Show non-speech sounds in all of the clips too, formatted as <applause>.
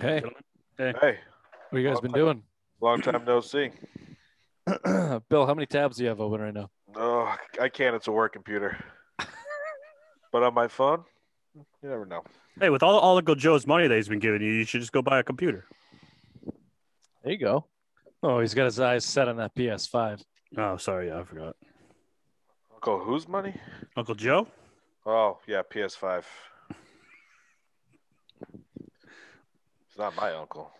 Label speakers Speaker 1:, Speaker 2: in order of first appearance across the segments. Speaker 1: Hey,
Speaker 2: Hey,
Speaker 1: what you guys been doing?
Speaker 2: long time no see. <clears throat>
Speaker 1: Bill, how many tabs do you have open right now?
Speaker 2: No, Oh, I can't. It's a work computer. but on my phone, you never know.
Speaker 3: Hey, with all all Uncle Joe's money that he's been giving you, you should just go buy a computer.
Speaker 4: There you go.
Speaker 1: Oh, he's got his eyes set on that PS5.
Speaker 3: Oh, sorry, yeah, I forgot.
Speaker 2: Uncle, whose money?
Speaker 3: Uncle Joe?
Speaker 2: Oh, yeah, PS5. It's not my uncle.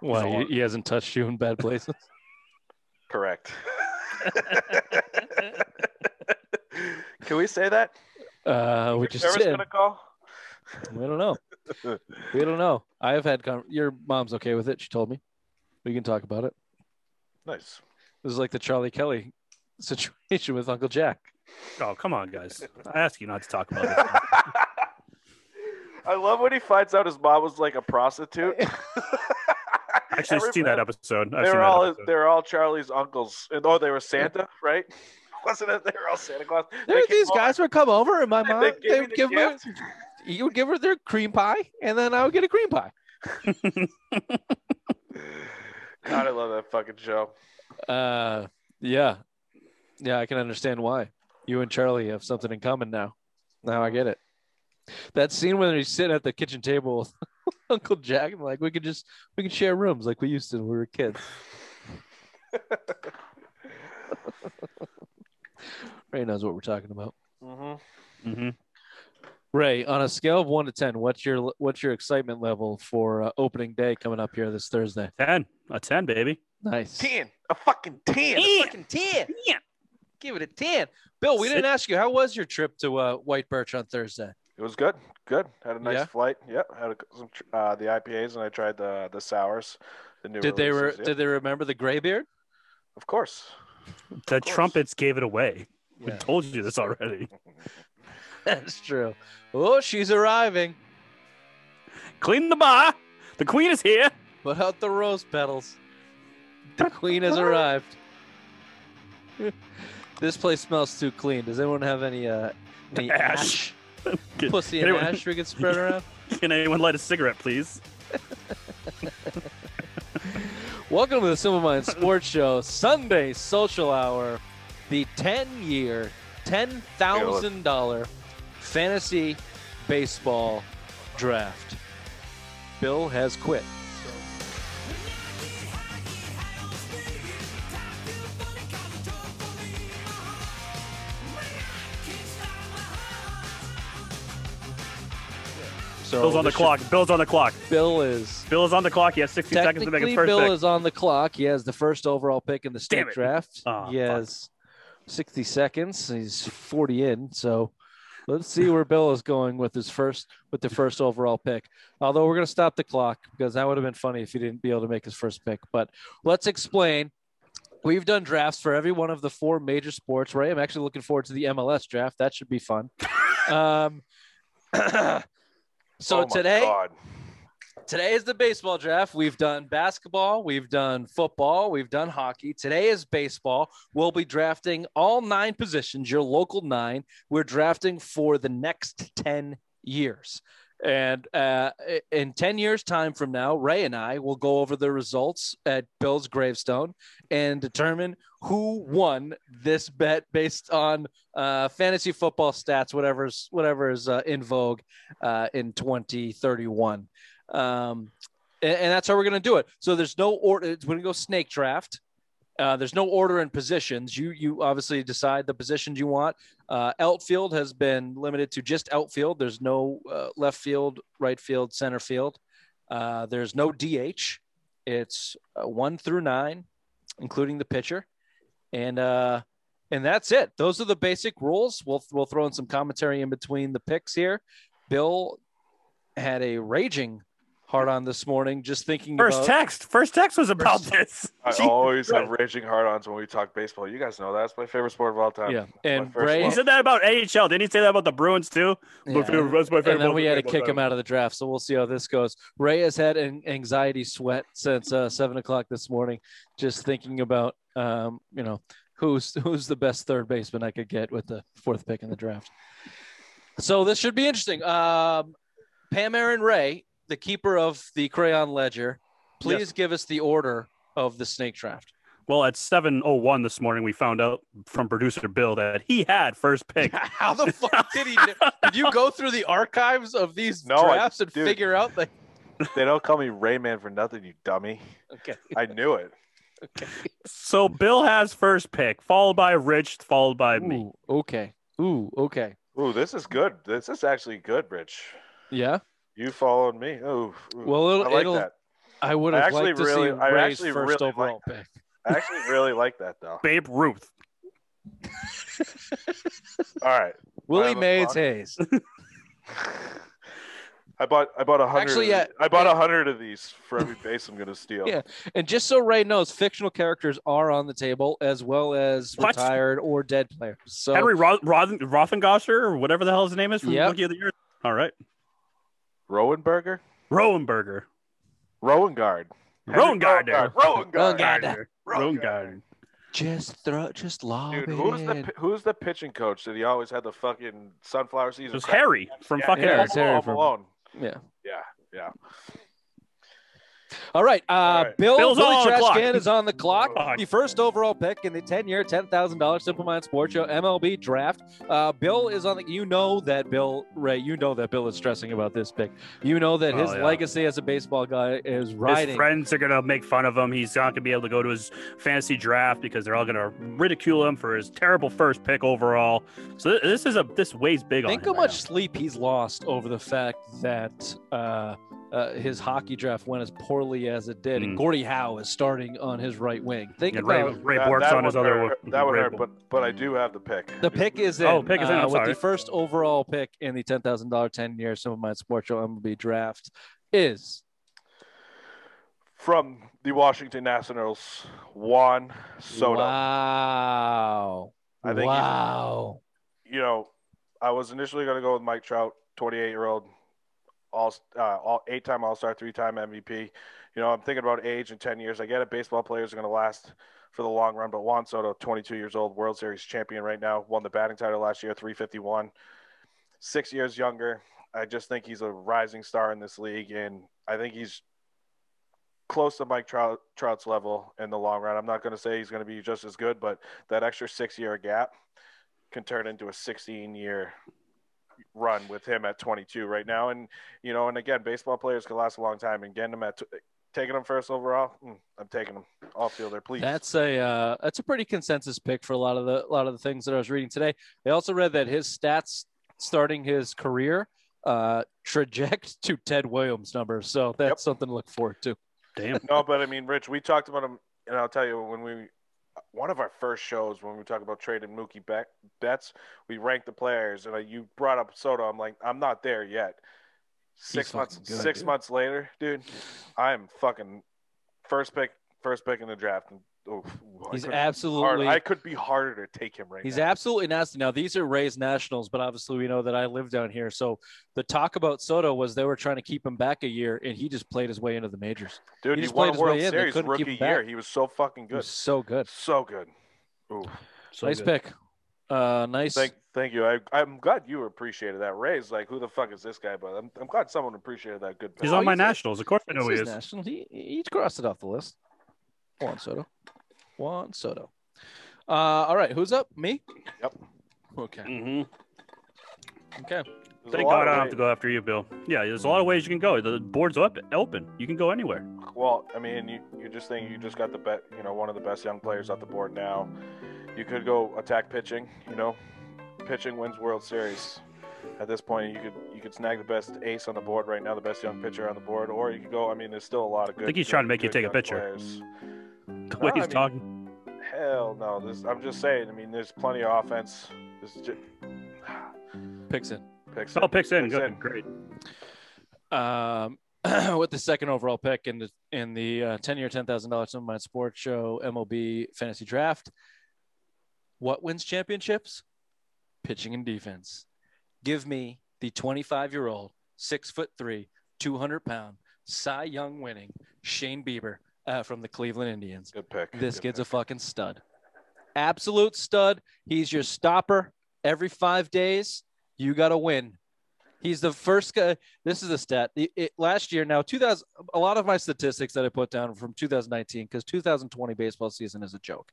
Speaker 1: Why
Speaker 2: He's a
Speaker 1: he, he hasn't touched you in
Speaker 2: <laughs>
Speaker 1: bad places? <laughs>
Speaker 2: Correct. Can we say that?
Speaker 1: Uh, we just
Speaker 2: Service
Speaker 1: did.
Speaker 2: gonna call?
Speaker 1: We don't know. we don't know. I have had con- your mom's okay with it. She told me we can talk about it.
Speaker 2: Nice. <laughs>
Speaker 1: This is like the Charlie Kelly situation with Uncle Jack.
Speaker 3: Oh, come on, guys. I asked you not to talk about
Speaker 2: <laughs>
Speaker 3: it.
Speaker 2: I love when he finds out his mom was like a prostitute. <laughs>
Speaker 3: I <laughs> actually
Speaker 2: Every-
Speaker 3: seen that episode. I've
Speaker 2: they
Speaker 3: seen
Speaker 2: were
Speaker 3: that
Speaker 2: all
Speaker 3: episode.
Speaker 2: they're all Charlie's uncles. And oh, they were Santa, right? <laughs> Wasn't it? They were all Santa Claus. They
Speaker 1: There,
Speaker 2: came
Speaker 1: these
Speaker 2: over-
Speaker 1: guys would come over, and my mom
Speaker 2: <laughs>
Speaker 1: they
Speaker 2: They gave me
Speaker 1: would
Speaker 2: the
Speaker 1: give me. You would give her their cream pie, and then I would get a cream pie.
Speaker 2: God, I love that fucking show.
Speaker 1: Uh, yeah, yeah, I can understand why you and Charlie have something in common now. Now I get it. That scene when he's sitting at the kitchen table with <laughs> Uncle Jack, and like we could just we could share rooms like we used to when we were kids. Ray knows what we're talking about.
Speaker 2: hmm
Speaker 3: Mhm.
Speaker 1: Ray, on a scale of one to ten, what's your what's your excitement level for uh, opening day coming up here this Thursday?
Speaker 3: Ten. A ten, baby.
Speaker 1: Nice.
Speaker 2: Ten, a fucking ten.
Speaker 1: Fucking ten.
Speaker 3: Yeah.
Speaker 1: Give it a ten. Bill, we
Speaker 3: Sit.
Speaker 1: didn't ask you how was your trip to uh, White Birch on Thursday.
Speaker 2: It was good. Good. Had a nice
Speaker 1: Yeah?
Speaker 2: flight. Yep. Had a, some tr- uh, the IPAs and I tried the the sours. The new
Speaker 1: Did they re-
Speaker 2: releases, yeah.
Speaker 1: did they remember the graybeard?
Speaker 2: Of course.
Speaker 3: The
Speaker 2: course.
Speaker 3: trumpets gave it away. We
Speaker 1: <laughs> Yeah.
Speaker 3: told you this already.
Speaker 1: <laughs> That's true. Oh, she's arriving.
Speaker 3: Clean the bar. The queen is here.
Speaker 1: Put out the rose petals. The queen has arrived. <laughs> this place smells too clean. Does anyone have any uh any
Speaker 3: Ash.
Speaker 1: ash?
Speaker 3: Can-
Speaker 1: Pussy
Speaker 3: can
Speaker 1: and
Speaker 3: anyone-
Speaker 1: ash we could spread around?
Speaker 3: <laughs> Can anyone light a cigarette, please?
Speaker 1: Welcome to the Simple Mind Sports Show, Sunday Social Hour, the 10 year, $10,000 fantasy baseball draft. Bill has quit. So
Speaker 3: Bill's on the
Speaker 1: Oh, this
Speaker 3: clock. Bill's on the clock.
Speaker 1: should- Bill is
Speaker 3: Bill is on the clock. He has 60 seconds to make
Speaker 1: Technically,
Speaker 3: his first
Speaker 1: Bill
Speaker 3: pick.
Speaker 1: is on the clock. He has the first overall pick in the
Speaker 3: Damn
Speaker 1: state
Speaker 3: it.
Speaker 1: draft.
Speaker 3: Ah,
Speaker 1: he
Speaker 3: fuck.
Speaker 1: has 60 seconds. He's 40 in. So let's see where Bill is going with his first with the first overall pick. Although we're going to stop the clock because that would have been funny if he didn't be able to make his first pick. But let's explain. We've done drafts for every one of the four major sports. Ray, I'm actually looking forward to the MLS draft. That should be
Speaker 3: <laughs>
Speaker 1: fun. Um, <clears throat> so
Speaker 2: Oh my
Speaker 1: today,
Speaker 2: God.
Speaker 1: Today is the baseball draft. We've done basketball, we've done football, we've done hockey. Today is baseball. We'll be drafting all nine positions, your local nine. We're drafting for the next 10 years. And uh, in 10 years' time from now, Ray and I will go over the results at Bill's gravestone and determine who won this bet based on uh, fantasy football stats, whatever's, whatever is uh, in vogue uh, in 2031 um, and, and that's how we're going to do it. So there's no order. We're going to go snake draft. Uh, there's no order in positions. You you obviously decide the positions you want. Uh, outfield has been limited to just outfield. There's no uh, left field, right field, center field. Uh, there's no DH. It's uh, one through nine, including the pitcher, and uh, and that's it. Those are the basic rules. We'll we'll throw in some commentary in between the picks here. Bill had a raging hard on this morning just thinking
Speaker 3: First
Speaker 1: about
Speaker 3: text. First text was about
Speaker 1: First-
Speaker 3: this.
Speaker 1: <laughs>
Speaker 2: I
Speaker 3: Jesus
Speaker 2: always have
Speaker 3: Christ.
Speaker 2: raging hard-ons when we talk baseball. You guys know that's my favorite sport of all time.
Speaker 1: yeah,
Speaker 2: My
Speaker 1: and
Speaker 2: first
Speaker 1: Ray,
Speaker 3: He
Speaker 2: love.
Speaker 3: said that about AHL. Didn't he say that about the Bruins too?
Speaker 1: yeah,
Speaker 3: My favorite- that's my favorite
Speaker 1: and then
Speaker 3: most
Speaker 1: we had to
Speaker 3: favorite
Speaker 1: kick him
Speaker 3: time.
Speaker 1: out of the draft. So we'll see how this goes. Ray has had an anxiety sweat since uh, seven o'clock this morning, just thinking about um, you know who's who's the best third baseman I could get with the fourth pick in the draft. So this should be interesting. Um, Pam Aaron Ray, the keeper of the Crayon Ledger, please give us the order of the snake
Speaker 2: <laughs>
Speaker 1: draft.
Speaker 3: Well, at 7:01 this morning, we found out from producer Bill that he had first
Speaker 1: <laughs>
Speaker 3: pick.
Speaker 1: How the fuck did he? kn- Did you go through the archives of these
Speaker 2: No, I-
Speaker 1: drafts and
Speaker 2: dude.
Speaker 1: figure out the?
Speaker 2: They don't call me Rayman for nothing, you dummy.
Speaker 1: Okay,
Speaker 2: I knew it.
Speaker 3: so Bill has first pick, followed by Rich, followed by me.
Speaker 4: Ooh, okay. Ooh, okay.
Speaker 2: Ooh, this is good. This is actually good, Rich.
Speaker 4: Yeah.
Speaker 2: You followed me. Oh,
Speaker 4: Well,
Speaker 2: I
Speaker 4: it'll,
Speaker 2: like
Speaker 4: it'll
Speaker 2: that.
Speaker 4: I would
Speaker 2: I
Speaker 4: have
Speaker 2: actually
Speaker 4: liked to
Speaker 2: really-
Speaker 4: see
Speaker 2: I
Speaker 4: Ray's
Speaker 2: actually
Speaker 4: first
Speaker 2: really like
Speaker 4: overall pick.
Speaker 2: I actually really like that
Speaker 1: <laughs>
Speaker 2: though.
Speaker 3: Babe Ruth.
Speaker 2: All right,
Speaker 1: Willie
Speaker 2: have a
Speaker 1: Mays
Speaker 2: thought.
Speaker 1: Hayes.
Speaker 2: I bought I bought a hundred.
Speaker 1: Actually,
Speaker 2: of
Speaker 1: yeah,
Speaker 2: the- I bought
Speaker 1: yeah.
Speaker 2: a hundred of these for
Speaker 1: <laughs>
Speaker 2: every base I'm gonna steal.
Speaker 1: Yeah. And just so Ray knows, fictional characters are on the table as well as
Speaker 3: What?
Speaker 1: retired or dead players. So
Speaker 3: Henry Ro- Ro- Rothengosher, or whatever the hell his name is from
Speaker 1: Yep.
Speaker 3: Rookie of the Year. All right.
Speaker 2: Rowenberger,
Speaker 3: Rowenberger.
Speaker 2: Rowengard,
Speaker 3: Rowengarder.
Speaker 2: Rowengard,
Speaker 1: Rowengarder.
Speaker 3: Rowengarder.
Speaker 1: just throw, just lob
Speaker 2: Dude,
Speaker 1: it
Speaker 2: who's the
Speaker 1: in.
Speaker 2: pi- who's the pitching coach that he always had the fucking sunflower
Speaker 3: It
Speaker 2: season?
Speaker 3: was Harry from
Speaker 2: Yeah,
Speaker 3: fucking
Speaker 2: yeah,
Speaker 1: Harry.
Speaker 2: Home
Speaker 1: it's
Speaker 2: Alone, Home
Speaker 1: from-
Speaker 2: Alone.
Speaker 1: Yeah.
Speaker 2: Yeah, yeah.
Speaker 1: All right. Uh,
Speaker 2: All right. Oh,
Speaker 1: Bill
Speaker 3: Bill's
Speaker 1: Billy
Speaker 3: on the
Speaker 1: Trash
Speaker 3: clock.
Speaker 1: Can is on the clock.
Speaker 3: Fuck.
Speaker 1: The first overall pick in the 10 year, $10,000 Simple Mind Sports Show MLB draft. Uh, Bill is on the. You know that Bill, Ray, you know that Bill is stressing about this pick. You know that
Speaker 3: Oh,
Speaker 1: his
Speaker 3: yeah.
Speaker 1: legacy as a baseball guy is
Speaker 3: His
Speaker 1: riding.
Speaker 3: friends are gonna make fun of him. He's not gonna be able to go to his fantasy draft because they're all gonna ridicule him for his terrible first pick overall. So th- this is a this weighs big
Speaker 1: Think
Speaker 3: on him.
Speaker 1: how much sleep he's lost over the fact that uh, uh, his hockey draft went as poorly as it did, and
Speaker 3: Mm.
Speaker 1: Gordie Howe is starting on his right wing. Think
Speaker 3: And Ray,
Speaker 1: about
Speaker 3: Ray
Speaker 2: That-
Speaker 3: Bork's
Speaker 2: that
Speaker 3: on his
Speaker 2: one
Speaker 3: other
Speaker 2: hurt, That would
Speaker 3: Ray
Speaker 2: hurt,
Speaker 3: Bork.
Speaker 2: but but I do have the pick.
Speaker 1: the pick is in.
Speaker 3: Oh, pick is in,
Speaker 1: uh,
Speaker 3: I'm
Speaker 1: with the
Speaker 3: sorry.
Speaker 1: first overall pick in the ten thousand dollar ten year some of my sports show MLB draft is
Speaker 2: from the Washington Nationals, Juan Soto.
Speaker 1: Wow.
Speaker 2: I think
Speaker 1: wow.
Speaker 2: You know, I was initially going to go with Mike Trout, 28 year old, all, uh, all eight time All Star, three time MVP. You know, I'm thinking about age in 10 years. I get it, baseball players are going to last for the long run, but Juan Soto, 22 years old, World Series champion right now, won the batting title last year, 351, six years younger. I just think he's a rising star in this league, and I think he's close to Mike Trout, Trout's level in the long run. I'm not going to say he's going to be just as good, but that extra six year gap can turn into a 16 year run with him at 22 right now. And, you know, and again, baseball players can last a long time and getting him at, t- taking him first overall. mm, I'm taking him off fielder, please.
Speaker 1: That's a uh, that's a pretty consensus pick for a lot of the a lot of the things that I was reading today. I also read that his stats starting his career uh traject to Ted Williams numbers. So that's
Speaker 2: Yep.
Speaker 1: something to look forward to. <laughs>
Speaker 3: Damn.
Speaker 2: no, but I mean, Rich, we talked about him, and I'll tell you when we one of our first shows when we talk about trading Mookie bet, bets, we ranked the players, and uh, you brought up Soto. I'm like, I'm not there yet. Six
Speaker 1: He's
Speaker 2: months,
Speaker 1: fucking good,
Speaker 2: six
Speaker 1: dude.
Speaker 2: months later, dude, I'm fucking first pick, first pick in the draft. And, oof, I
Speaker 1: He's
Speaker 2: could be hard-
Speaker 1: absolutely
Speaker 2: I could be harder to take him right
Speaker 1: He's
Speaker 2: now.
Speaker 1: absolutely nasty. Now these are Rays Nationals, but obviously we know that I live down here. So the talk about Soto was they were trying to keep him back a year, and he just played his way into the majors.
Speaker 2: Dude,
Speaker 1: he
Speaker 2: he,
Speaker 1: just played
Speaker 2: won a
Speaker 1: his
Speaker 2: World
Speaker 1: way in. They
Speaker 2: Series
Speaker 1: couldn't keep
Speaker 2: rookie
Speaker 1: him
Speaker 2: year.
Speaker 1: back.
Speaker 2: He was so fucking
Speaker 1: He
Speaker 2: good,
Speaker 1: was so good.
Speaker 2: so good. Ooh.
Speaker 3: So
Speaker 1: nice
Speaker 3: good.
Speaker 1: pick. Uh, nice.
Speaker 2: Thank, thank you. I, I'm glad you appreciated that. Ray's like, who the fuck is this guy? But I'm, I'm glad someone appreciated that good pick.
Speaker 3: He's
Speaker 1: No,
Speaker 3: on my
Speaker 1: he's a-
Speaker 3: Nationals. Of course I know
Speaker 1: This
Speaker 3: Oh, he
Speaker 1: is
Speaker 3: is.
Speaker 1: National. He, he crossed it off the list. Juan Soto. Juan Soto. Uh, all right. Who's up? Me?
Speaker 2: Yep.
Speaker 1: Okay.
Speaker 3: Mhm.
Speaker 1: Okay.
Speaker 2: There's Mm-hmm. a
Speaker 3: Thank
Speaker 2: lot
Speaker 3: God uh, I
Speaker 2: of
Speaker 3: don't have to
Speaker 2: ways-
Speaker 3: go after you, Bill. Yeah, there's a lot of ways you can go. The board's up, open. You can go anywhere. <laughs>
Speaker 2: Well, I mean, you, you just think you just got the bet, you know, one of the best young players off the board now. You could go attack pitching, you know, pitching wins World Series. At this point, you could you could snag the best ace on the board right now, the best young pitcher on the board, or you could go. I mean, there's still a lot of good.
Speaker 3: think he's trying to make you take
Speaker 2: good
Speaker 3: a
Speaker 2: young
Speaker 3: picture.
Speaker 2: players.
Speaker 3: The way
Speaker 2: No, I
Speaker 3: he's
Speaker 2: mean-
Speaker 3: talking.
Speaker 2: Hell no! This I'm just saying. I mean, there's plenty of offense. There's just,
Speaker 1: Picks in.
Speaker 2: picks
Speaker 3: Oh, picks in.
Speaker 2: Picks
Speaker 3: Good.
Speaker 2: in.
Speaker 3: Great.
Speaker 1: um, <clears throat> with the second overall pick in the in the uh, ten year ten thousand dollars Some of My Sports Show MLB Fantasy Draft. What wins championships? Pitching and defense. Give me the twenty five year old, six foot three, two hundred pound, Cy Young winning Shane Bieber uh, from the Cleveland Indians
Speaker 2: Good pick.
Speaker 1: this
Speaker 2: Good
Speaker 1: kid's
Speaker 2: pick.
Speaker 1: a fucking stud. Absolute stud. He's your stopper every five days. You got to win He's the first guy. This is a stat. It- it- last year, now 2000, a lot of my statistics that I put down from 2019 because 2020 baseball season is a joke.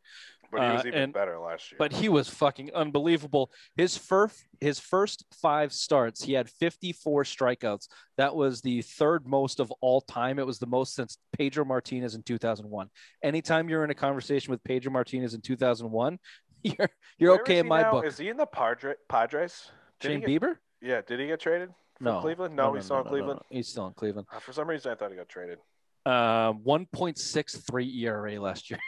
Speaker 2: But he was
Speaker 1: Uh,
Speaker 2: even
Speaker 1: and-
Speaker 2: better last year.
Speaker 1: But he was fucking unbelievable. His first his first five starts, he had 54 strikeouts. That was the third most of all time. It was the most since Pedro Martinez in 2001. Anytime you're in a conversation with Pedro Martinez in 2001, <laughs> you're you're
Speaker 2: Where
Speaker 1: okay
Speaker 2: is
Speaker 1: in
Speaker 2: he
Speaker 1: my
Speaker 2: now?
Speaker 1: book.
Speaker 2: Is he in the Padre, Padres? Did he
Speaker 1: Shane
Speaker 2: get,
Speaker 1: Bieber?
Speaker 2: yeah, did he get traded? from
Speaker 1: No.
Speaker 2: Cleveland? No, he's still in Cleveland.
Speaker 1: no. He's still in Cleveland.
Speaker 2: Uh, For some reason, I thought he got traded.
Speaker 1: Uh, 1.63 ERA E last year.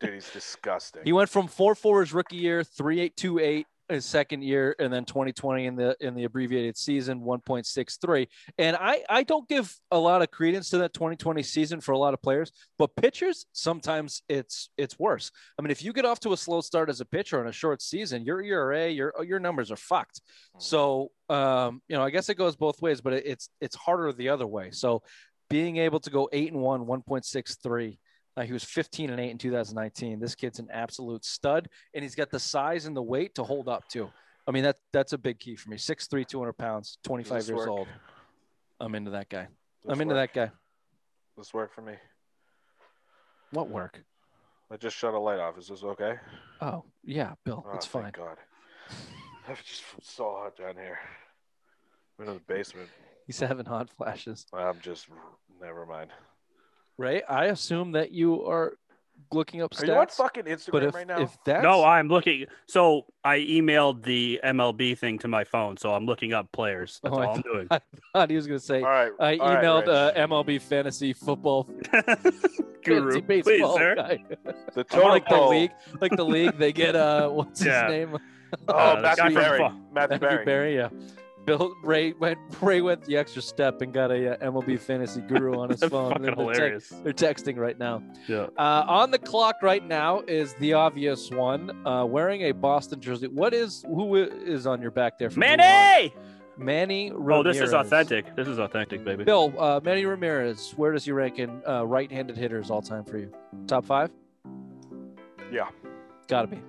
Speaker 2: Dude, he's disgusting.
Speaker 1: He went from four four his rookie year, three eight two eight his second year, and then twenty twenty in the in the abbreviated season, one point six three. And I I don't give a lot of credence to that twenty twenty season for a lot of players, but pitchers sometimes it's it's worse. I mean, if you get off to a slow start as a pitcher in a short season, your ERA your your numbers are fucked. So um, you know, I guess it goes both ways, but it, it's it's harder the other way. So being able to go eight and one, one point six three. Uh, he was 15 and 8 in 2019. This kid's an absolute stud, and he's got the size and the weight to hold up to. I mean, that that's a big key for me. 6'3, 200 pounds, 25
Speaker 2: this
Speaker 1: years
Speaker 2: work?
Speaker 1: old. I'm into that guy.
Speaker 2: Does
Speaker 1: I'm
Speaker 2: this
Speaker 1: into
Speaker 2: work?
Speaker 1: that guy.
Speaker 2: This work for me.
Speaker 1: What work?
Speaker 2: I just shut a light off. Is this okay?
Speaker 1: Oh, yeah, Bill.
Speaker 2: Oh,
Speaker 1: it's
Speaker 2: thank
Speaker 1: fine.
Speaker 2: God. <laughs> It's just so hot down here. We're in the basement.
Speaker 1: He's having hot flashes.
Speaker 2: I'm just. Never mind.
Speaker 1: Ray, I assume that you are looking up
Speaker 2: Are you on
Speaker 1: stats.
Speaker 2: fucking Instagram
Speaker 1: but if,
Speaker 2: right now?
Speaker 1: if that's
Speaker 3: No, I'm looking. So I emailed the MLB thing to my phone, so I'm looking up players. That's
Speaker 1: Oh, I
Speaker 3: all I'm doing.
Speaker 1: thought he was going to say,
Speaker 2: all right.
Speaker 1: I
Speaker 2: all right,
Speaker 1: emailed
Speaker 2: Rich.
Speaker 1: uh, MLB fantasy football <laughs>
Speaker 3: <laughs> Guru,
Speaker 1: fantasy
Speaker 3: please,
Speaker 1: baseball
Speaker 3: sir.
Speaker 1: guy.
Speaker 2: the
Speaker 1: Or
Speaker 2: total
Speaker 1: like the
Speaker 2: poll.
Speaker 1: league, like the league, they get uh, <laughs> what's
Speaker 3: Yeah.
Speaker 1: his name?
Speaker 2: Oh,
Speaker 3: Uh, the guy
Speaker 2: Matthew
Speaker 3: from
Speaker 2: Berry.
Speaker 3: Fa-
Speaker 2: Matthew
Speaker 1: Matthew
Speaker 2: Berry.
Speaker 1: Barry. Yeah, Bill Ray went Ray went the extra step and got a uh, MLB fantasy guru on his
Speaker 3: <laughs> That's
Speaker 1: phone.
Speaker 3: fucking
Speaker 1: They're te-
Speaker 3: hilarious.
Speaker 1: they're texting right now.
Speaker 3: Yeah.
Speaker 1: Uh, on the clock right now is the obvious one, uh, wearing a Boston jersey. What is who i- is on your back there? from Wuhan?
Speaker 3: Manny!
Speaker 1: Manny. Ramirez.
Speaker 3: Oh, this is authentic. This is authentic, baby.
Speaker 1: Bill, uh, Manny Ramirez. Where does he rank in uh, right-handed hitters all time for you? Top five?
Speaker 2: Yeah.
Speaker 1: Gotta be.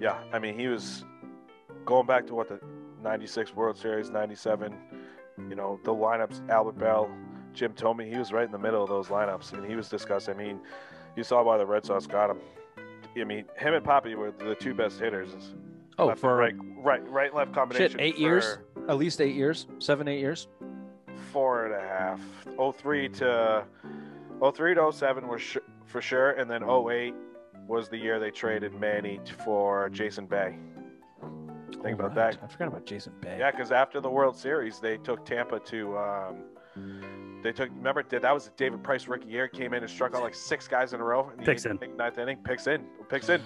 Speaker 2: Yeah. I mean, he was going back to what the 96 World Series, 97. You know, the lineups, Albert Bell, Jim Tomey, he was right in the middle of those lineups. and he was disgusting. I mean, you saw why the Red Sox got him. I mean, him and Poppy were the two best hitters.
Speaker 1: Oh,
Speaker 2: Left-
Speaker 1: for
Speaker 2: right, right, right, left combination.
Speaker 1: eight
Speaker 2: for
Speaker 1: years? at least eight years, seven, eight years.
Speaker 2: Four and a half. 03 to 03 to 07 was sh- for sure, and then 08 was the year they traded Manny t- for Jason Bay. Think about
Speaker 1: Alright,
Speaker 2: that.
Speaker 1: I forgot about Jason Bay.
Speaker 2: Yeah, because after the World Series, they took Tampa to. Um, they took. Remember that that was David Price rookie year. Came in and struck out like six guys in a row. In the
Speaker 3: Picks
Speaker 2: eighth
Speaker 3: in.
Speaker 2: inning, ninth inning. Picks in. Picks in.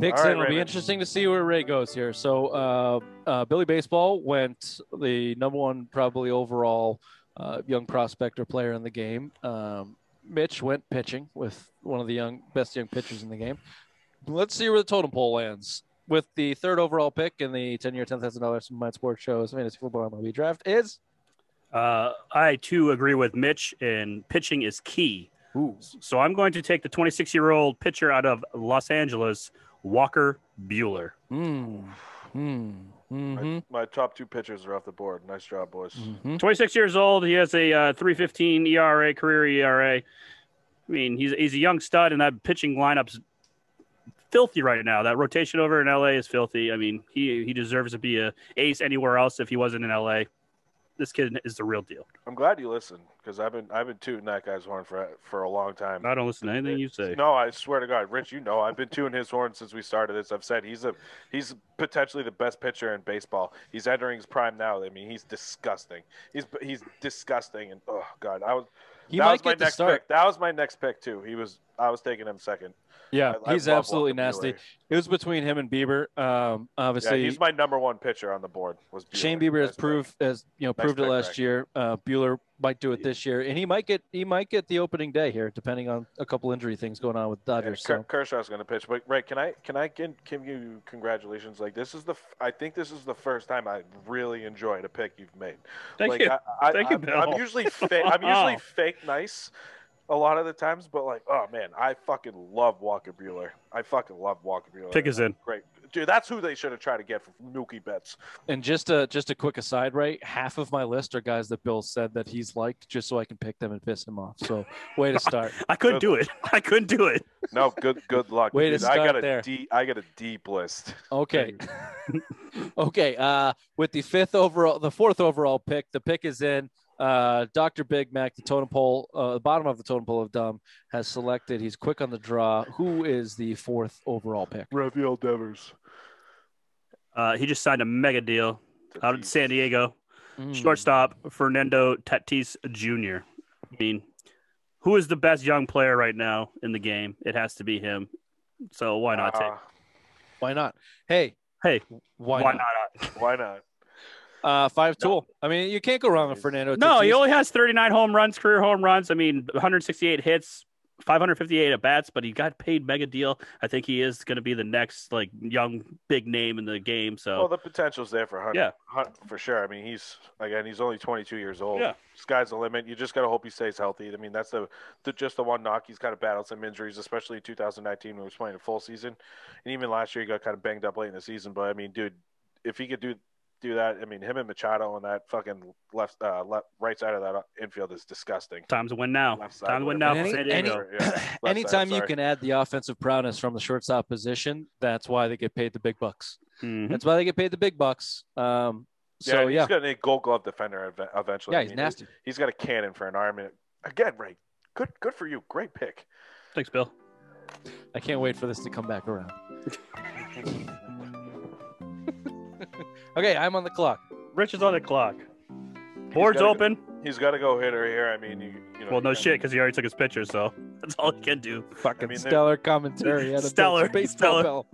Speaker 1: Picks
Speaker 2: All
Speaker 1: in.
Speaker 2: right,
Speaker 1: It'll be
Speaker 2: Raymond.
Speaker 1: interesting to see where Ray goes here. So, uh, uh, Billy Baseball went the number one, probably overall uh, young prospect or player in the game. Um, Mitch went pitching with one of the young best young pitchers in the game. Let's see where the totem pole lands with the third overall pick in the ten-year, ten thousand dollars from my sports shows fantasy football MLB draft is.
Speaker 3: Uh, I too agree with Mitch, and pitching is key.
Speaker 1: Ooh.
Speaker 3: So I'm going to take the 26 year old pitcher out of Los Angeles, Walker Bueller.
Speaker 1: Hmm. Hmm. hmm
Speaker 3: Mm-hmm.
Speaker 2: My top two pitchers are off the board. Nice job, boys.
Speaker 1: Mm-hmm.
Speaker 3: 26 years old. He has a uh, 315 ERA, career ERA. I mean, he's, he's a young stud, and that pitching lineup's filthy right now. That rotation over in LA is filthy. I mean, he, he deserves to be a ace anywhere else if he wasn't in LA. This kid is the real deal.
Speaker 2: I'm glad you listened because I've been I've been tooting that guy's horn for for a long time.
Speaker 3: I don't listen to anything you say.
Speaker 2: No, I swear to God, Rich, you know I've been tuning his horn since we started this. I've said he's a he's potentially the best pitcher in baseball. He's entering his prime now. I mean, he's disgusting. He's he's disgusting, and oh God, I was
Speaker 1: He
Speaker 2: that
Speaker 1: might
Speaker 2: was my
Speaker 1: get the
Speaker 2: next
Speaker 1: start.
Speaker 2: pick. That was my next pick too. He was I was taking him second.
Speaker 1: Yeah,
Speaker 2: I- I
Speaker 1: he's
Speaker 2: love
Speaker 1: absolutely
Speaker 2: Walker
Speaker 1: nasty.
Speaker 2: Buehler.
Speaker 1: It was between him and Bieber. Um,
Speaker 2: Yeah,
Speaker 1: obviously,
Speaker 2: he's my number one pitcher on the board. Was Buehler.
Speaker 1: Shane Bieber
Speaker 2: Nice
Speaker 1: has
Speaker 2: pick.
Speaker 1: proved as you know
Speaker 2: Nice
Speaker 1: proved it
Speaker 2: pick,
Speaker 1: last
Speaker 2: Rick.
Speaker 1: year. Uh, Bueller might do it this year, and he might get he might get the opening day here, depending on a couple injury things going on with
Speaker 2: Yeah,
Speaker 1: Dodgers.
Speaker 2: Ker-
Speaker 1: So
Speaker 2: Kershaw's going to pitch, but right? Can I can I give, give you congratulations? Like this is the f- I think this is the first time I really enjoyed a pick you've made.
Speaker 3: Thank
Speaker 2: like,
Speaker 3: you.
Speaker 2: I, I,
Speaker 3: Thank you,
Speaker 2: I'm, I'm
Speaker 3: Bill.
Speaker 2: usually
Speaker 1: <laughs>
Speaker 2: fa- I'm usually fake nice a lot of the times, but like, oh man, I fucking love Walker Bueller. I fucking love Walker Bueller.
Speaker 3: Pick is in.
Speaker 2: Great, dude, that's who they should have tried to get for Mookie Betts.
Speaker 1: And just a just a quick aside, right? Half of my list are guys that Bill said that he's liked, just so I can pick them and piss him off. So way to start.
Speaker 3: I couldn't do it. <laughs> I couldn't do it.
Speaker 2: No, good good luck.
Speaker 1: Way to
Speaker 2: dude. I got
Speaker 1: start
Speaker 2: a
Speaker 1: there.
Speaker 2: deep I got a deep list.
Speaker 1: Okay. <laughs> okay. Uh, with the fifth overall, the fourth overall pick, the pick is in. Uh, Dr. Big Mac, the totem pole, uh, the bottom of the totem pole of dumb, has selected. He's quick on the draw. Who is the fourth overall pick?
Speaker 2: Rafael Devers.
Speaker 3: Uh, he just signed a mega deal out in San Diego. Hmm.
Speaker 1: Mm.
Speaker 3: Shortstop Fernando Tatis Jr. I mean, who is the best young player right now in the game? It has to be him. So why not take?
Speaker 2: Uh,
Speaker 1: Why not? Hey.
Speaker 3: Hey,
Speaker 1: Why,
Speaker 3: why
Speaker 1: not?
Speaker 2: why not?
Speaker 1: Uh, five tool. I mean, you can't go wrong with Fernando.
Speaker 3: No,
Speaker 1: Tatis.
Speaker 3: he only has 39 home runs, career home runs. I mean, 168 hits, 558 at bats, but he got paid mega deal. I think he is going to be the next like young big name in the game. <laughs> So
Speaker 2: Well, the potential's there for Hunt.
Speaker 3: Yeah.
Speaker 2: Hunt for sure. I mean, he's again, he's only 22 years old.
Speaker 3: Yeah.
Speaker 2: Sky's the limit. You just got to hope he stays healthy. I mean, that's the, the just the one knock. He's kind of battled some injuries, especially in 2019 when he was playing a full season, and even last year he got kind of banged up late in the season. But I mean, dude, if he could do do that, I mean, him and Machado on that fucking left uh, left right side of that infield is disgusting.
Speaker 3: time to win now.
Speaker 2: Left side,
Speaker 3: Time to win now
Speaker 2: whatever.
Speaker 3: for
Speaker 1: Any-
Speaker 3: Oh, San
Speaker 1: <clears throat>
Speaker 3: Diego.
Speaker 2: Yeah, left side, I'm
Speaker 1: Anytime you
Speaker 2: sorry.
Speaker 1: can add the offensive prowess from the shortstop position, that's why they get paid the big bucks.
Speaker 3: Mhm.
Speaker 1: That's why they get paid the big bucks. Um, so
Speaker 2: and
Speaker 1: yeah,
Speaker 2: he's gonna need Gold Glove defender ev- eventually.
Speaker 1: yeah,
Speaker 2: I
Speaker 1: he's
Speaker 2: mean,
Speaker 1: nasty.
Speaker 2: He's got a cannon for an arm. And again, Ray, good good for you. Great pick.
Speaker 3: Thanks, Bill.
Speaker 1: I can't wait for this to come back around. okay, I'm on the clock.
Speaker 3: Rich is on the clock. Board's
Speaker 2: gotta go-
Speaker 3: open.
Speaker 2: He's got to go hitter here. I mean, you, you know.
Speaker 3: Well, no
Speaker 2: you-
Speaker 3: shit, because he already took his picture, so <laughs> that's all he can do.
Speaker 1: Fucking
Speaker 2: mean, they're-
Speaker 1: stellar commentary. out of
Speaker 3: Stellar,
Speaker 1: Bill's baseball
Speaker 3: stellar.
Speaker 1: bell.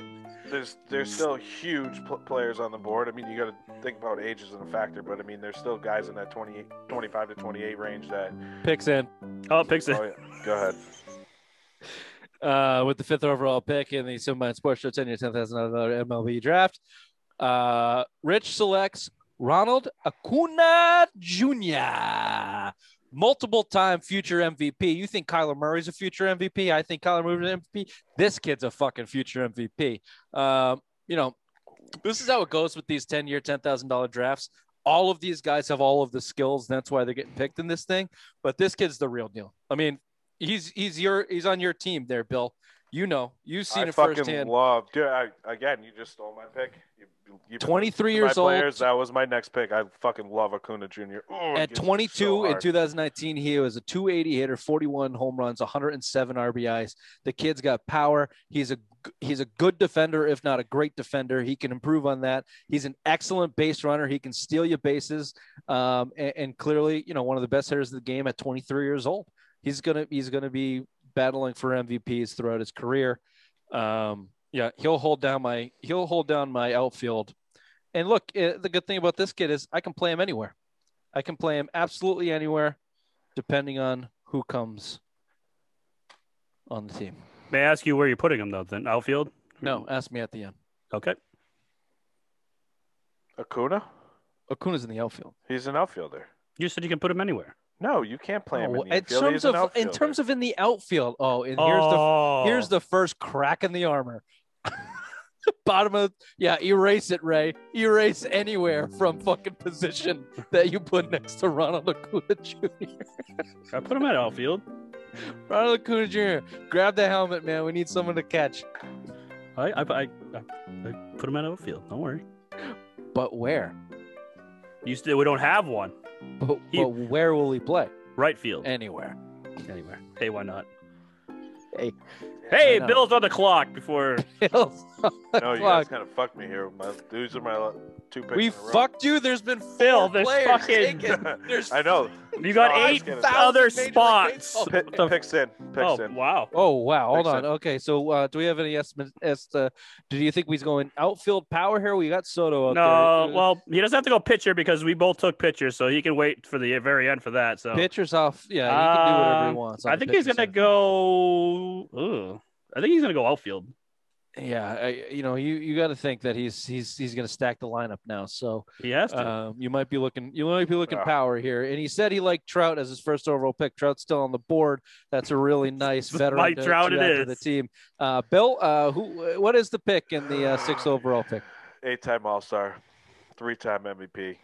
Speaker 2: There's there's still huge pl- players on the board. I mean, you got to think about ages and a factor, but I mean, there's still guys in that 28, 25 to 28 range
Speaker 3: <laughs>
Speaker 2: that.
Speaker 1: Picks in.
Speaker 3: Oh, picks it.
Speaker 2: Oh, yeah. Go ahead.
Speaker 1: uh, with the fifth overall pick in the Simon Sports Show 10 year 10,000 another MLB draft. Uh, Rich selects Ronald Acuna Jr., multiple time future MVP. You think Kyler Murray's a future MVP? I think Kyler Murray's an MVP. This kid's a fucking future MVP. Um, you know, this is how it goes with these 10 year, $10,000 drafts. All of these guys have all of the skills. That's why they're getting picked in this thing. But this kid's the real deal. I mean, he's he's your he's on your team there, Bill. You know, you've seen
Speaker 2: I
Speaker 1: it
Speaker 2: fucking
Speaker 1: firsthand.
Speaker 2: love, dude. I, again, you just stole my pick. You, you, you
Speaker 1: 23
Speaker 2: my
Speaker 1: years old,
Speaker 2: players, That was my next pick. I fucking love Acuna Jr. Oh, it
Speaker 1: At
Speaker 2: gets me
Speaker 1: 22
Speaker 2: so
Speaker 1: in
Speaker 2: hard.
Speaker 1: 2019, he was a 280 hitter, 41 home runs, 107 RBIs. The kid's got power. He's a g- he's a good defender, if not a great defender. He can improve on that. He's an excellent base runner. He can steal your bases, um, and, and clearly, you know, one of the best hitters of the game at 23 years old. He's gonna he's gonna be battling for MVPs throughout his career. Um, yeah, he'll hold down my he'll hold down my outfield. And look, eh, the good thing about this kid is I can play him anywhere. I can play him absolutely anywhere, depending on who comes on the team.
Speaker 3: May I ask you where you're putting him, though, then? Outfield?
Speaker 1: No, ask me at the end.
Speaker 3: Okay.
Speaker 2: Acuna,
Speaker 1: Okuna's in the outfield.
Speaker 2: he's an outfielder.
Speaker 3: You said you can put him anywhere.
Speaker 2: No, you can't play him
Speaker 1: No,
Speaker 2: in the
Speaker 1: in
Speaker 2: infield.
Speaker 1: terms
Speaker 2: He's an
Speaker 1: of in
Speaker 2: outfielder.
Speaker 1: terms of in the outfield. Oh, and here's
Speaker 3: oh.
Speaker 1: the here's the first crack in the armor. <laughs> Bottom of yeah, erase it, Ray. Erase anywhere from fucking position that you put next to Ronald Acuna Jr.
Speaker 3: I put him at outfield.
Speaker 1: <laughs> Ronald Acuna Jr. Grab the helmet, man. We need someone to catch.
Speaker 3: I, I, I, I, I put him at outfield. Don't worry.
Speaker 1: But where?
Speaker 3: You still, we don't have one.
Speaker 1: But,
Speaker 3: He-
Speaker 1: but where will he play?
Speaker 3: Right field.
Speaker 1: Anywhere.
Speaker 3: Anywhere. Hey, why not?
Speaker 1: Hey.
Speaker 3: Hey,
Speaker 1: Why not?
Speaker 3: Bill's on the clock
Speaker 2: <laughs>
Speaker 3: before.
Speaker 1: Bills.
Speaker 2: no, you guys kind of fucked me here. My, these are my la- two picks.
Speaker 1: we
Speaker 2: in a row.
Speaker 1: fucked you. There's been four
Speaker 3: Bill, there's
Speaker 1: players
Speaker 3: fucking-
Speaker 1: taken.
Speaker 3: <laughs>
Speaker 1: There's
Speaker 2: I know.
Speaker 3: You got
Speaker 2: Oh, I was
Speaker 3: eight
Speaker 2: gonna-
Speaker 3: other
Speaker 1: 1,000 Major League
Speaker 3: spots.
Speaker 1: <laughs> Baseball.
Speaker 2: Pick,
Speaker 3: What the-
Speaker 2: picks in. Picks
Speaker 3: Oh,
Speaker 2: in.
Speaker 3: wow.
Speaker 1: Oh wow! Hold
Speaker 2: Makes
Speaker 1: on. Okay, so uh, do we have any estimates? As to, do you think he's going outfield power here? We got Soto up
Speaker 3: No,
Speaker 1: there. Uh,
Speaker 3: well, he doesn't have to go pitcher because we both took pitchers, so he can wait for the very end for that. So
Speaker 1: Uh, pitchers off. Yeah, he can do whatever he
Speaker 3: Um,
Speaker 1: wants. on
Speaker 3: I
Speaker 1: the
Speaker 3: think he's
Speaker 1: pitching
Speaker 3: gonna
Speaker 1: side.
Speaker 3: go. Ugh, I think he's gonna go outfield.
Speaker 1: yeah, I, you know, you you got to think that he's he's he's going to stack the lineup now. So
Speaker 3: He has to.
Speaker 1: um, you might be looking you might be
Speaker 3: Ah.
Speaker 1: looking
Speaker 2: Yeah.
Speaker 1: power here. And he said he liked Trout as his first overall pick. Trout's still on the board. That's a
Speaker 3: <laughs>
Speaker 1: really nice veteran
Speaker 3: Mike
Speaker 1: to-
Speaker 3: Trout
Speaker 1: to
Speaker 3: it
Speaker 1: add to the
Speaker 3: is.
Speaker 1: team. Uh, Bill, uh, who what is the pick in the uh, sixth overall pick?
Speaker 2: Eight time All Star, three time MVP,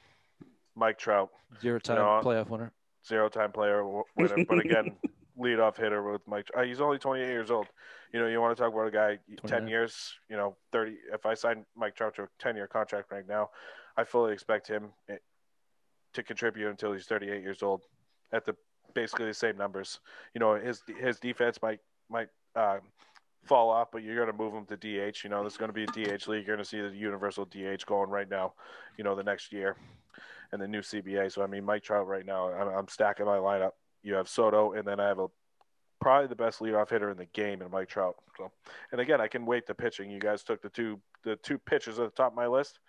Speaker 2: Mike Trout,
Speaker 1: Zero time
Speaker 2: know,
Speaker 1: playoff winner.
Speaker 2: zero time player w- winner, but again, leadoff hitter with Mike. Tr- Uh, he's only 28 years old. You know, you want to talk about a guy
Speaker 1: 29.
Speaker 2: 10 years, you know, 30. If I sign Mike Trout to a 10 year contract right now, I fully expect him eh, to contribute until he's 38 years old at the basically the same numbers. You know, his his defense might might uh, fall off, but you're going to move him to DH. You know, this is going to be a DH league. You're going to see the universal DH going right now. You know, the next year and the new CBA. So I mean, Mike Trout right now, I'm, I'm stacking my lineup. You have Soto, and then I have a probably the best leadoff hitter in the game in Mike Trout. So, and again, I can wait the pitching. You guys took the two the two pitchers at the top of my list.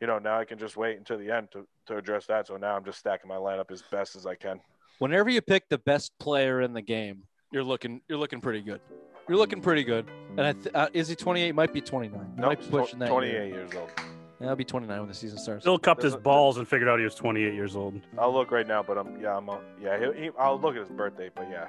Speaker 2: You know, now I can just wait until the end to, to address that. So now I'm just stacking my lineup as best as I can.
Speaker 1: Whenever you pick the best player in the game, you're looking you're looking pretty good. You're looking pretty good. And I th- uh, is he 28? Might be 29.
Speaker 2: No,
Speaker 1: might be pushing that. year.
Speaker 2: 28 years old.
Speaker 1: Yeah, I'll be 29 when the season starts.
Speaker 3: Bill cupped his
Speaker 2: Doesn't-
Speaker 3: balls and figured out he was 28 years old.
Speaker 1: Oh,
Speaker 2: I'll look right now, but I'm yeah I'm uh, yeah he, he, I'll look at his birthday, but yeah.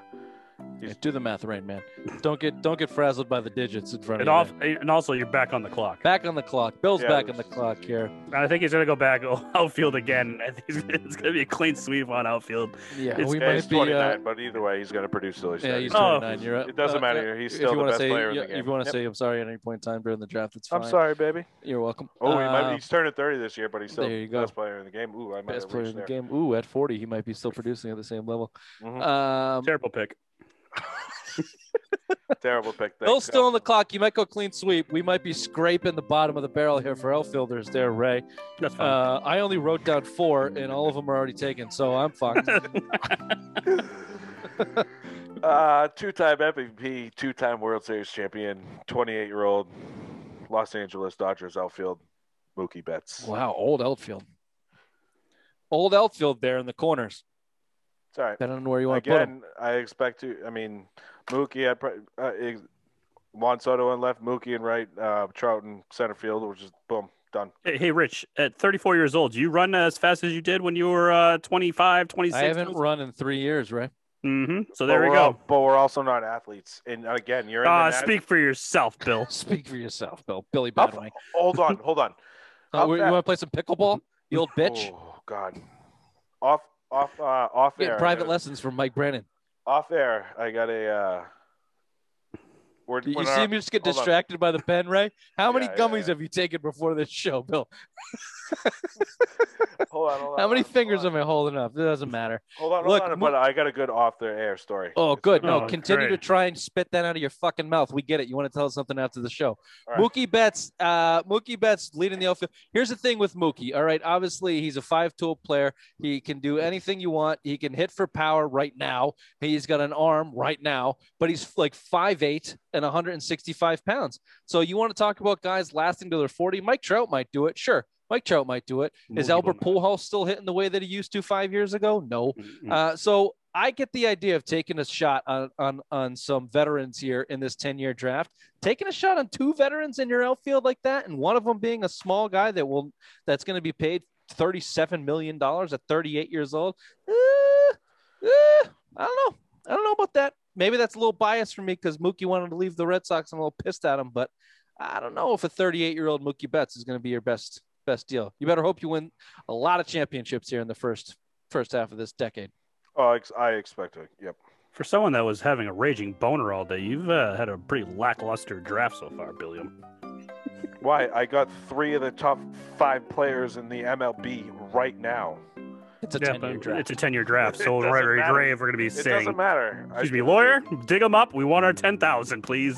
Speaker 1: Yeah, do the math right, man. Don't get don't get frazzled by the digits in front
Speaker 3: And,
Speaker 1: of you.
Speaker 3: off,
Speaker 1: there.
Speaker 3: and also, you're back on the clock.
Speaker 1: Back on the clock. Bill's
Speaker 2: Yeah,
Speaker 1: back
Speaker 2: this
Speaker 1: on the
Speaker 2: is
Speaker 1: clock
Speaker 2: easy.
Speaker 1: here.
Speaker 3: I think he's going to go back <laughs> outfield again. I think it's going to be a clean sweep on outfield.
Speaker 1: Yeah,
Speaker 3: It's-
Speaker 1: we
Speaker 2: yeah, he's
Speaker 1: might be.
Speaker 2: 29,
Speaker 1: Uh,
Speaker 2: but either way, he's going to produce till he's
Speaker 1: yeah,
Speaker 2: 30.
Speaker 1: he's
Speaker 3: Oh.
Speaker 1: 29. You're up.
Speaker 2: It doesn't
Speaker 1: Uh,
Speaker 2: matter.
Speaker 1: if
Speaker 2: He's
Speaker 1: you
Speaker 2: still the
Speaker 1: wanna
Speaker 2: best
Speaker 1: say,
Speaker 2: player in
Speaker 1: yeah,
Speaker 2: the game.
Speaker 1: If you want to
Speaker 2: Yep.
Speaker 1: say I'm sorry at any point in time during the draft, it's fine.
Speaker 2: I'm sorry, baby.
Speaker 1: You're welcome.
Speaker 2: Oh, he might
Speaker 1: Uh,
Speaker 2: be, he's turning 30 this year, but he's still
Speaker 1: there you
Speaker 2: the
Speaker 1: go.
Speaker 2: best player in the game. Ooh, I might
Speaker 1: best
Speaker 2: have
Speaker 1: player in
Speaker 2: reached
Speaker 1: the
Speaker 2: there.
Speaker 1: game. Ooh, at 40, he might be still producing at the same level.
Speaker 2: Mhm.
Speaker 1: Um,
Speaker 3: Terrible pick.
Speaker 2: Terrible pick. Thanks,
Speaker 1: Bill's still
Speaker 2: Al.
Speaker 1: on the clock. You might go clean sweep. We might be scraping the bottom of the barrel here for outfielders there, Ray.
Speaker 3: That's fine.
Speaker 1: Uh, I only wrote down four, and all of them are already taken, so I'm
Speaker 2: <laughs>
Speaker 1: fucked.
Speaker 2: uh, two-time MVP, two-time World Series champion, 28-year-old Los Angeles Dodgers outfield Mookie Betts.
Speaker 1: wow, old outfield. Old outfield there in the corners.
Speaker 2: It's all right.
Speaker 1: Depending on where you want to put him.
Speaker 2: Again, I expect to. I mean, Mookie had pro- uh, ex- Juan Soto in left, Mookie in right, uh, Trout in center field, which is boom done.
Speaker 3: Hey, hey, Rich, at 34 years old, do you run as fast as you did when you were uh, 25, 26?
Speaker 1: I haven't run in three years, Ray. <laughs>
Speaker 3: hmm So there
Speaker 2: but
Speaker 3: we
Speaker 2: we're
Speaker 3: go.
Speaker 2: all- but we're also not athletes. And again, you're in
Speaker 3: Ah,
Speaker 2: the nat-
Speaker 3: speak for yourself, Bill.
Speaker 1: Speak for yourself, Bill. Billy
Speaker 2: I'll-
Speaker 1: Badway.
Speaker 2: Hold on, hold on.
Speaker 1: Uh, we- you
Speaker 2: I'll-
Speaker 1: want to play some pickleball? You old <laughs> bitch.
Speaker 2: Oh God. Off off uh, off
Speaker 1: Getting
Speaker 2: air.
Speaker 1: private
Speaker 2: I gotta-
Speaker 1: lessons from Mike Brennan.
Speaker 2: Off air. I got a. Uh, we're,
Speaker 1: You
Speaker 2: we're
Speaker 1: see
Speaker 2: not-
Speaker 1: me just get
Speaker 2: hold on.
Speaker 1: distracted by the pen, Ray? How many
Speaker 2: Yeah, yeah,
Speaker 1: gummies
Speaker 2: yeah.
Speaker 1: have you taken before this show, Bill?
Speaker 2: hold on, hold on,
Speaker 1: How many
Speaker 2: hold on,
Speaker 1: fingers
Speaker 2: Hold
Speaker 1: am I holding up? It doesn't matter.
Speaker 2: on, hold on,
Speaker 1: Look,
Speaker 2: hold on
Speaker 1: Mo-
Speaker 2: but I got a good off the air story.
Speaker 1: Oh, good. No,
Speaker 3: Oh,
Speaker 1: continue to
Speaker 3: great.
Speaker 1: try and spit that out of your fucking mouth. We get it. You want to tell us something after the show.
Speaker 2: All right.
Speaker 1: Mookie Betts, uh, Mookie Betts leading the outfield. Here's the thing with Mookie. All right. Obviously, he's a five tool player. He can do anything you want. He can hit for power right now. He's got an arm right now, but he's like 5'8 and 165 pounds. So you want to talk about guys lasting to their 40? Mike Trout might do it. Sure. Mike Trout might do it. Is Albert Pujols still hitting the way that he used to five years ago? No.
Speaker 3: Mhm.
Speaker 1: Uh, so I get the idea of taking a shot on on on some veterans here in this ten year draft. Taking a shot on two veterans in your outfield like that, and one of them being a small guy that will that's going to be paid thirty seven million dollars at thirty eight years old. Eh, eh, I don't know. I don't know about that. Maybe that's a little biased for me because Mookie wanted to leave the Red Sox. I'm a little pissed at him, but I don't know if a 38 year old Mookie Betts is going to be your best best deal. You better hope you win a lot of championships here in the first first half of this decade.
Speaker 2: Oh, I, ex- I expect it. Yep.
Speaker 3: For someone that was having a raging boner all day, you've uh, had a pretty lackluster draft so far, Billiam.
Speaker 2: Why? I got three of the top five players in the MLB right now.
Speaker 1: It's a
Speaker 3: Yeah,
Speaker 1: 10 year
Speaker 3: but
Speaker 1: draft.
Speaker 3: It's a 10 year
Speaker 2: <laughs>
Speaker 3: draft,
Speaker 2: It
Speaker 3: so
Speaker 2: doesn't
Speaker 3: right
Speaker 2: matter.
Speaker 3: grave, we're going to be
Speaker 2: It
Speaker 3: saying,
Speaker 2: doesn't matter. I-
Speaker 3: Excuse me, lawyer, dig them up. We want our 10,000, please.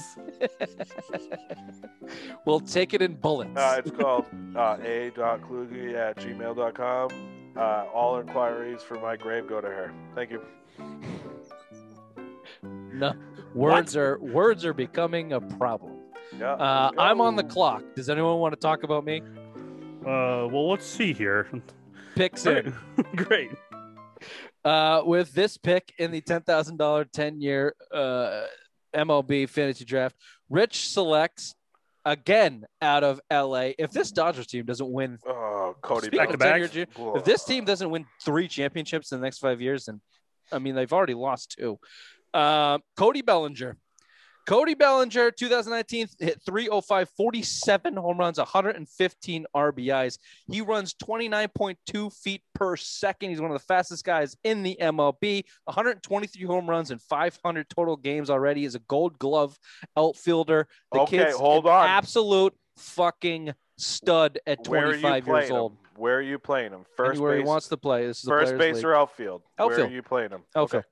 Speaker 1: we'll take it in bullets.
Speaker 2: Uh, it's called uh, a.kluge at gmail.com. Uh, all inquiries for my grave go to her. Thank you.
Speaker 1: no, words are words are becoming a problem.
Speaker 2: Yeah.
Speaker 1: Uh,
Speaker 2: let's
Speaker 1: I'm on the
Speaker 2: go.
Speaker 1: clock. Does anyone want to talk about me?
Speaker 3: Uh, well, let's see here.
Speaker 1: Picks in.
Speaker 3: <laughs> Great.
Speaker 1: uh, with this pick in the ten thousand dollar ten year uh, MLB fantasy draft. Rich selects again out of LA. If this Dodgers team doesn't win,
Speaker 2: Oh, Cody.
Speaker 1: speaking
Speaker 3: back
Speaker 1: of
Speaker 3: to back.
Speaker 1: tenure, Ju- if this team doesn't win three championships in the next five years, then I mean they've already lost two. Um, Cody Bellinger. Cody Bellinger, 2019, hit 305, 47 home runs, 115 RBIs. He runs 29.2 feet per second. He's one of the fastest guys in the MLB. 123 home runs and 500 total games already. He's a gold glove outfielder. The
Speaker 2: okay,
Speaker 1: kid's
Speaker 2: hold
Speaker 1: an
Speaker 2: on.
Speaker 1: absolute fucking stud at
Speaker 2: Where are you
Speaker 1: 25 years
Speaker 2: playing him?
Speaker 1: old.
Speaker 2: Where are you playing him? First
Speaker 1: Anywhere
Speaker 2: base,
Speaker 1: he wants to play. This is the
Speaker 2: first
Speaker 1: players'
Speaker 2: base
Speaker 1: league.
Speaker 2: or outfield? Where
Speaker 1: Outfield.
Speaker 2: are you playing him?
Speaker 1: Outfield.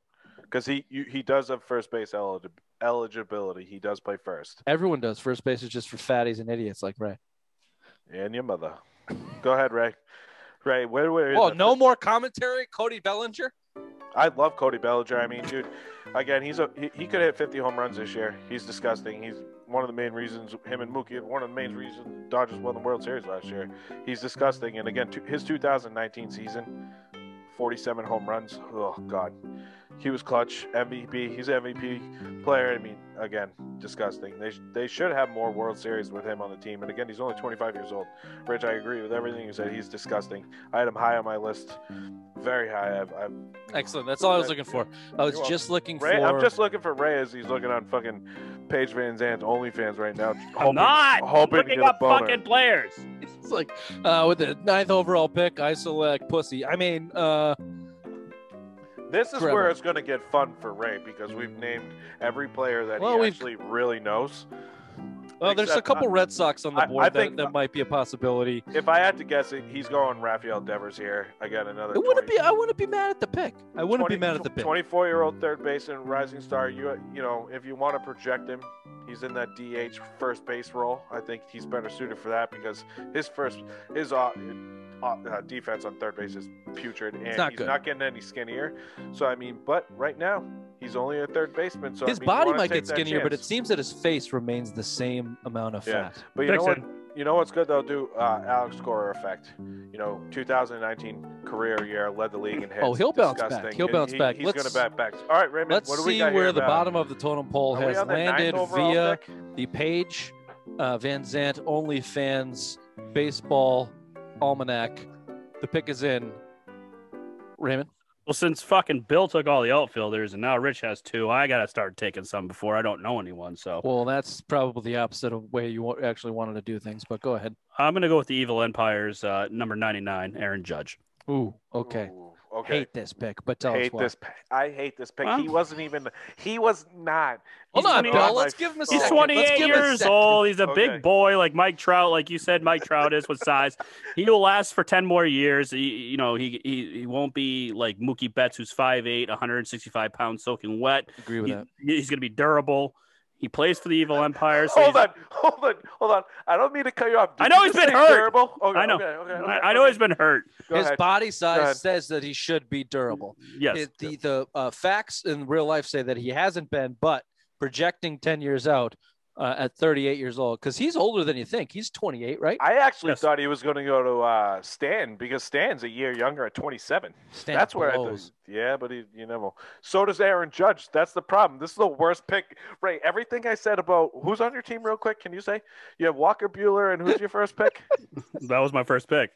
Speaker 2: Because he you, he does have first base eligi- eligibility. He does play first.
Speaker 1: Everyone does. First base is just for fatties and idiots like Ray.
Speaker 2: And your mother. Go ahead, Ray. Ray, where where? is
Speaker 1: Oh,
Speaker 2: the-
Speaker 1: no more commentary, Cody Bellinger.
Speaker 2: I love Cody Bellinger. I mean, dude, again, he's a he, he could hit 50 home runs this year. He's disgusting. He's one of the main reasons him and Mookie. One of the main reasons the Dodgers won the World Series last year. He's disgusting. And again, to, his 2019 season, 47 home runs. Oh God, he was clutch. MVP. He's an MVP player. I mean, again, disgusting. They sh- they should have more World Series with him on the team. And again, he's only 25 years old. Rich, I agree with everything you said. He's disgusting. I had him high on my list, very high. I've, I've
Speaker 1: Excellent. That's all I was looking for. I was
Speaker 2: You're welcome.
Speaker 1: just looking for.
Speaker 2: Ray, I'm just looking for Ray as he's looking on fucking Paige Van Zandt's OnlyFans right now.
Speaker 3: I'm not
Speaker 2: hoping to
Speaker 3: looking
Speaker 2: get a
Speaker 3: up
Speaker 2: boner.
Speaker 3: fucking players.
Speaker 1: <laughs> It's like uh, with the ninth overall pick, I select pussy. I mean, uh,
Speaker 2: This is
Speaker 1: Trevor.
Speaker 2: where it's going to get fun for Ray because we've named every player that
Speaker 1: Well,
Speaker 2: he
Speaker 1: we've-
Speaker 2: actually really knows.
Speaker 1: well, there's a
Speaker 2: Except
Speaker 1: couple Red Sox on the
Speaker 2: I-
Speaker 1: board
Speaker 2: I
Speaker 1: that,
Speaker 2: think-
Speaker 1: that might be a possibility.
Speaker 2: If I had to guess it, he's going Rafael Devers here. Again, another.
Speaker 1: It wouldn't
Speaker 2: 20
Speaker 1: be. I wouldn't be mad at the pick. I wouldn't be
Speaker 2: 20
Speaker 1: mad at the pick.
Speaker 2: 24 year old third baseman, rising star. You you know, if you want to project him, he's in that DH first base role. I think he's better suited for that because his first his uh, uh, uh, defense on third base is putrid, and
Speaker 1: not
Speaker 2: he's
Speaker 1: good.
Speaker 2: not getting any skinnier. So I mean, but right now he's only a third baseman. So I
Speaker 1: His
Speaker 2: mean, you
Speaker 1: body
Speaker 2: wanna
Speaker 1: might
Speaker 2: take
Speaker 1: get
Speaker 2: that
Speaker 1: skinnier, but it
Speaker 2: chance.
Speaker 1: seems that his face remains the same amount of
Speaker 2: Yeah.
Speaker 1: fat.
Speaker 2: but you know what?
Speaker 3: Vixen.
Speaker 2: You know what's good though, do uh, Alex Cora effect. You know, 2019 career year led the league in hits.
Speaker 1: Oh, he'll bounce back.
Speaker 2: Disgusting.
Speaker 1: He'll
Speaker 2: And
Speaker 1: bounce
Speaker 2: he-
Speaker 1: back.
Speaker 2: He's
Speaker 1: Let's-
Speaker 2: going to bat back. All right, Raymond.
Speaker 1: Let's
Speaker 2: what do we
Speaker 1: see
Speaker 2: got
Speaker 1: where
Speaker 2: here
Speaker 1: the
Speaker 2: about?
Speaker 1: bottom of the totem pole
Speaker 2: Are we
Speaker 1: has
Speaker 2: on the ninth
Speaker 1: landed
Speaker 2: overall
Speaker 1: via
Speaker 2: pick?
Speaker 1: the page uh, Van Zant OnlyFans Baseball Almanac. The pick is in. Raymond,
Speaker 3: Well, since fucking Bill took all the outfielders and now Rich has two, I gotta start taking some before I don't know anyone. So
Speaker 1: well, that's probably the opposite of way you wa- actually wanted to do things, but go ahead.
Speaker 3: I'm gonna go with the Evil Empire's uh, number 99, Aaron Judge.
Speaker 1: Ooh, okay.
Speaker 2: Ooh, okay.
Speaker 1: Hate this pick, but tell us
Speaker 2: hate
Speaker 1: why.
Speaker 2: this. pick. I hate this pick.
Speaker 3: Huh?
Speaker 2: He wasn't even. He was not.
Speaker 1: Hold
Speaker 2: he's
Speaker 1: on,
Speaker 2: been
Speaker 1: Bill.
Speaker 2: on my
Speaker 1: Let's give him a
Speaker 2: phone.
Speaker 3: He's
Speaker 1: second. Let's give
Speaker 3: 28
Speaker 1: him a
Speaker 3: years
Speaker 1: second.
Speaker 3: old. He's a
Speaker 2: Okay.
Speaker 3: big boy, like Mike Trout, like you said. Mike Trout is with size. He will last for 10 more years. He, you know, he, he he won't be like Mookie Betts, who's 5'8", 165 pounds, soaking wet.
Speaker 1: Agree with
Speaker 3: He,
Speaker 1: that.
Speaker 3: he's gonna be durable. He plays for the Evil
Speaker 1: <laughs>
Speaker 3: Empire. So
Speaker 2: Hold
Speaker 3: he's-
Speaker 2: on, hold on, hold on. I don't mean to cut you off. Did
Speaker 3: I know
Speaker 2: you
Speaker 3: he's
Speaker 2: just
Speaker 3: been
Speaker 2: say
Speaker 3: hurt.
Speaker 2: Terrible. Okay,
Speaker 3: I know.
Speaker 2: Okay, okay, okay,
Speaker 3: I, I know
Speaker 2: okay.
Speaker 3: he's been hurt.
Speaker 2: Go
Speaker 1: His
Speaker 2: ahead.
Speaker 1: body
Speaker 2: ahead.
Speaker 1: size says that he should be durable.
Speaker 3: Yes.
Speaker 1: It- the the uh, facts in real life say that he hasn't been, but projecting ten years out uh, at 38 years old, because he's older than you think. He's 28, right?
Speaker 2: I actually
Speaker 3: Yes.
Speaker 2: thought he was going to go to uh, Stan because Stan's a year younger at 27.
Speaker 1: Stan
Speaker 2: That's where
Speaker 1: blows.
Speaker 2: I thought. Yeah, but he, you never. So does Aaron Judge. That's the problem. This is the worst pick. Ray, everything I said about who's on your team, real quick, can you say? You have Walker Bueller, and who's your
Speaker 1: <laughs>
Speaker 2: first pick?
Speaker 3: That was my first pick,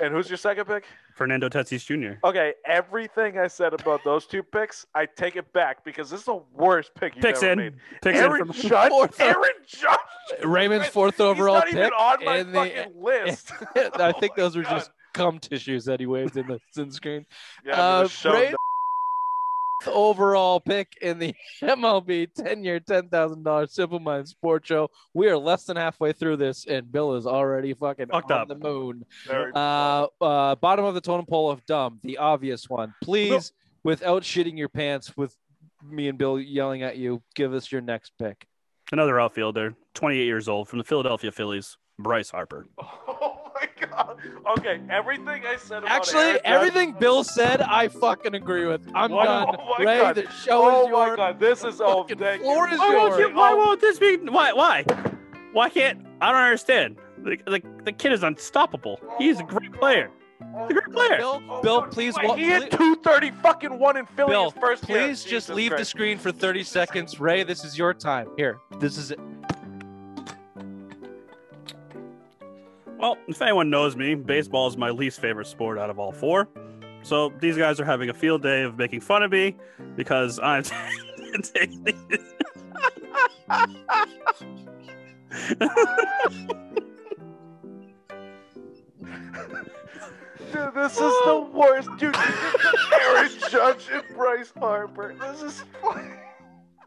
Speaker 2: and who's your second pick?
Speaker 3: Fernando Tatis Jr.
Speaker 1: Oh,
Speaker 2: Okay, everything I said about those two picks, I take it back because this is the worst pick you've
Speaker 3: Picks
Speaker 2: ever
Speaker 3: in.
Speaker 2: made.
Speaker 3: Picks in
Speaker 2: Aaron
Speaker 3: from
Speaker 2: Judge.
Speaker 1: Fourth.
Speaker 2: Aaron Judge.
Speaker 1: Raymond's fourth
Speaker 2: He's
Speaker 1: overall
Speaker 2: not
Speaker 1: pick.
Speaker 2: even on my
Speaker 1: and they-
Speaker 2: fucking list.
Speaker 1: <laughs> I think
Speaker 2: Oh my
Speaker 1: those were
Speaker 2: God.
Speaker 1: just cum tissues that he waved in the <laughs> sun screen.
Speaker 2: Yeah, I mean,
Speaker 1: uh,
Speaker 2: the show-
Speaker 1: Ray- Overall pick in the <laughs> MLB 10 year, $10,000 Simple Mind Sports Show. We are less than halfway through this, and Bill is already fucking
Speaker 3: Fucked
Speaker 1: on
Speaker 3: up.
Speaker 1: the moon.
Speaker 2: Very-
Speaker 1: uh, uh, bottom of the totem pole of dumb, the obvious one. Please, without shitting your pants, with me and Bill yelling at you, give us your next pick.
Speaker 3: Another outfielder, 28 years old, from the Philadelphia Phillies, Bryce Harper.
Speaker 2: <laughs> Oh my god. Okay, everything I said about Aaron
Speaker 1: Actually,
Speaker 2: Judge-
Speaker 1: everything Bill said, I fucking agree with. I'm
Speaker 3: Wow.
Speaker 1: done.
Speaker 2: Oh my
Speaker 1: Ray,
Speaker 2: God.
Speaker 1: the show
Speaker 2: Oh
Speaker 1: is
Speaker 2: my
Speaker 1: yours.
Speaker 2: god, this is all
Speaker 1: fucking
Speaker 2: thank
Speaker 1: floor
Speaker 2: you.
Speaker 1: is
Speaker 2: Oh,
Speaker 3: Why won't,
Speaker 1: yours.
Speaker 3: you, why won't this be? Why? Why? Why can't? I don't understand. The, the, the kid is unstoppable. He's a great player. He's a great player.
Speaker 1: Bill,
Speaker 2: oh,
Speaker 1: Bill,
Speaker 2: God.
Speaker 1: please,
Speaker 2: Wait,
Speaker 1: wa-
Speaker 2: he
Speaker 1: please-
Speaker 2: hit 230 fucking one in Philly
Speaker 1: Bill,
Speaker 2: his first year.
Speaker 1: please just
Speaker 2: Jesus
Speaker 1: leave the
Speaker 2: Christ.
Speaker 1: screen for 30 seconds. Ray, this is your time. Here, this is it.
Speaker 3: Well, if anyone knows me, baseball is my least favorite sport out of all four. So these guys are having a field day of making fun of me because I'm <laughs> taking these.
Speaker 2: Dude, this is the worst. Dude, you
Speaker 1: <laughs>
Speaker 2: just took Aaron Judge and Bryce Harper. This is <laughs> funny.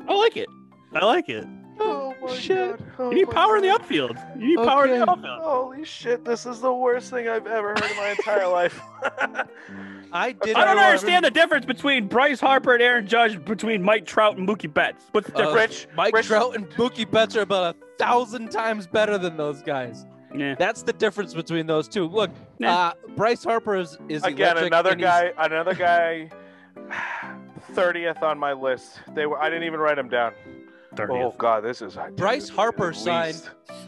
Speaker 1: I like it.
Speaker 3: I like it.
Speaker 2: Oh my
Speaker 4: Shit.
Speaker 2: god. Oh
Speaker 3: You need
Speaker 2: my
Speaker 3: power in the
Speaker 2: God.
Speaker 3: upfield. You need power in the
Speaker 4: Okay.
Speaker 3: outfield.
Speaker 2: Holy shit, this is the worst thing I've ever heard in my
Speaker 1: <laughs>
Speaker 2: entire life. <laughs>
Speaker 1: I did.
Speaker 3: I don't
Speaker 2: Everyone-
Speaker 3: understand the difference between Bryce Harper and Aaron Judge between Mike Trout and Mookie Betts. What's the
Speaker 1: Uh,
Speaker 3: difference?
Speaker 2: Rich,
Speaker 1: Mike
Speaker 2: Rich-
Speaker 1: Trout and Mookie Betts are about a thousand times better than those guys.
Speaker 3: yeah.
Speaker 1: That's the difference between those two. Look,
Speaker 3: Nah.
Speaker 1: uh, Bryce Harper is, is
Speaker 2: Again,
Speaker 1: electric
Speaker 2: another
Speaker 1: and he's-
Speaker 2: guy, another guy, <sighs> thirtieth on my list. They were. I didn't even write him down. Oh
Speaker 3: 30th.
Speaker 2: god, this is high.
Speaker 1: Bryce
Speaker 2: Dude,
Speaker 1: Harper
Speaker 2: at
Speaker 1: signed-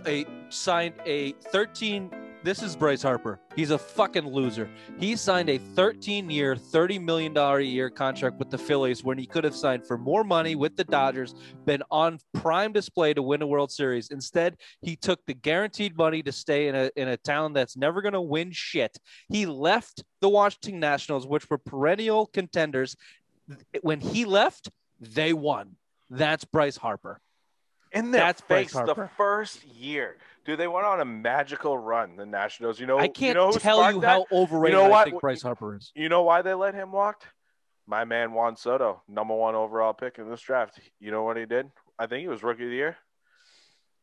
Speaker 2: least.
Speaker 1: a signed a 13 this is Bryce Harper. He's a fucking loser. He signed a 13 year, $30 million a year contract with the Phillies when he could have signed for more money with the Dodgers, been on prime display to win a World Series. Instead, he took the guaranteed money to stay in a, in a town that's never going to win shit. He left the Washington Nationals, which were perennial contenders. When he left, they won. That's Bryce Harper.
Speaker 2: in their
Speaker 1: That's Bryce
Speaker 2: face the
Speaker 1: Harper.
Speaker 2: first year. Dude, they went on a magical run. The Nationals. You know,
Speaker 1: I can't
Speaker 2: you know who
Speaker 1: tell
Speaker 2: sparked
Speaker 1: you
Speaker 2: that?
Speaker 1: how overrated
Speaker 2: You know
Speaker 1: I
Speaker 2: what?
Speaker 1: think Bryce Harper is.
Speaker 2: You know why they let him walk? My man Juan Soto, number one overall pick in this draft. You know what he did? I think he was rookie of the year,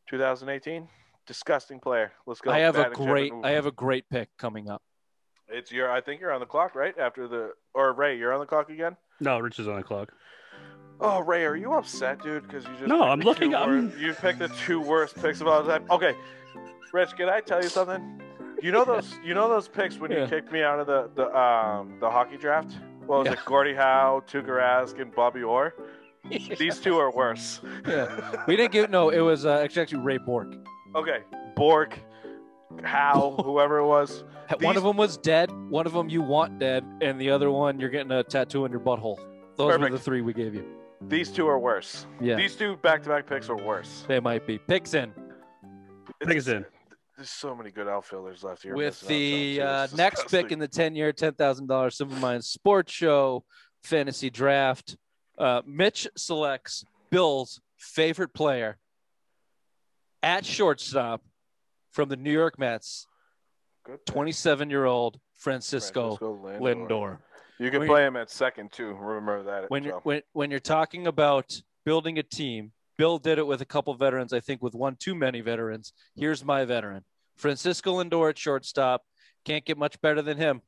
Speaker 2: 2018. Disgusting player. Let's go.
Speaker 1: I have a
Speaker 2: Madden Chapman.
Speaker 1: great, I have a great pick coming up.
Speaker 2: It's your. I think you're on the clock, right? After the or Ray, you're on the clock again.
Speaker 3: No, Rich is on the clock.
Speaker 2: Oh, Ray, are you upset, dude? Because you just
Speaker 3: No,
Speaker 2: picked
Speaker 3: I'm
Speaker 2: the
Speaker 3: looking-
Speaker 2: two
Speaker 3: I'm-
Speaker 2: wor- You picked the two worst picks of all time. Okay, Rich, can I tell you something? You know those. You know those picks when
Speaker 1: Yeah.
Speaker 2: you kicked me out of the the um the hockey draft. Well, was
Speaker 1: Yeah.
Speaker 2: it Gordie Howe, Tuukka Rask, and
Speaker 3: <laughs>
Speaker 2: Bobby Orr? These two are worse.
Speaker 1: Yeah. We didn't get no. It was uh, actually, actually Ray Bork.
Speaker 2: Okay, Bork,
Speaker 3: <laughs>
Speaker 2: Howe, whoever it was.
Speaker 1: One
Speaker 2: These-
Speaker 1: of them was dead. One of them you want dead, and the other one you're getting a tattoo in your butthole. Those were
Speaker 2: Perfect.
Speaker 1: the three we gave you.
Speaker 2: These two are worse.
Speaker 1: Yeah,
Speaker 2: These two back-to-back picks are worse.
Speaker 1: they might be picks in
Speaker 3: Pick us in.
Speaker 2: There's so many good outfielders left here.
Speaker 1: with the uh,
Speaker 2: <laughs>
Speaker 1: next pick in the ten-year, ten thousand dollars Silvermine Sports Show fantasy draft. Uh, Mitch selects Bill's favorite player at shortstop from the New York Mets.
Speaker 2: Good pick.
Speaker 1: 27 year old Francisco, Lindor.
Speaker 2: You can
Speaker 1: When-
Speaker 2: play him at second too. Remember that.
Speaker 1: When,
Speaker 2: Joe.
Speaker 1: you're, when, when you're talking about building a team, Bill did it with a couple veterans, I think with one too many veterans. Here's my veteran Francisco Lindor at shortstop. Can't get much better than him.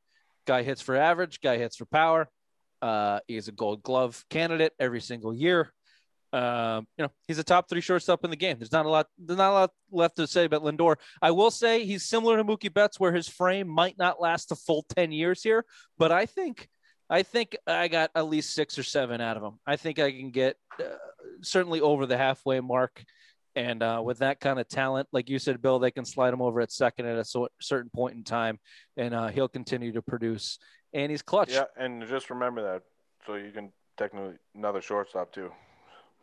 Speaker 1: Guy hits for average, guy hits for power. Uh, he's a gold glove candidate every single year. Um, you know, he's a top three shortstop in the game. There's not a lot, there's not a lot left to say about Lindor. I will say he's similar to Mookie Betts, where his frame might not last the full 10 years here, but I think, I think I got at least six or seven out of him. I think I can get uh, certainly over the halfway mark. And uh, with that kind of talent, like you said, Bill, they can slide him over at second at a so- certain point in time, and uh, he'll continue to produce. And he's clutch.
Speaker 2: yeah, and just remember that. So you can technically another shortstop too.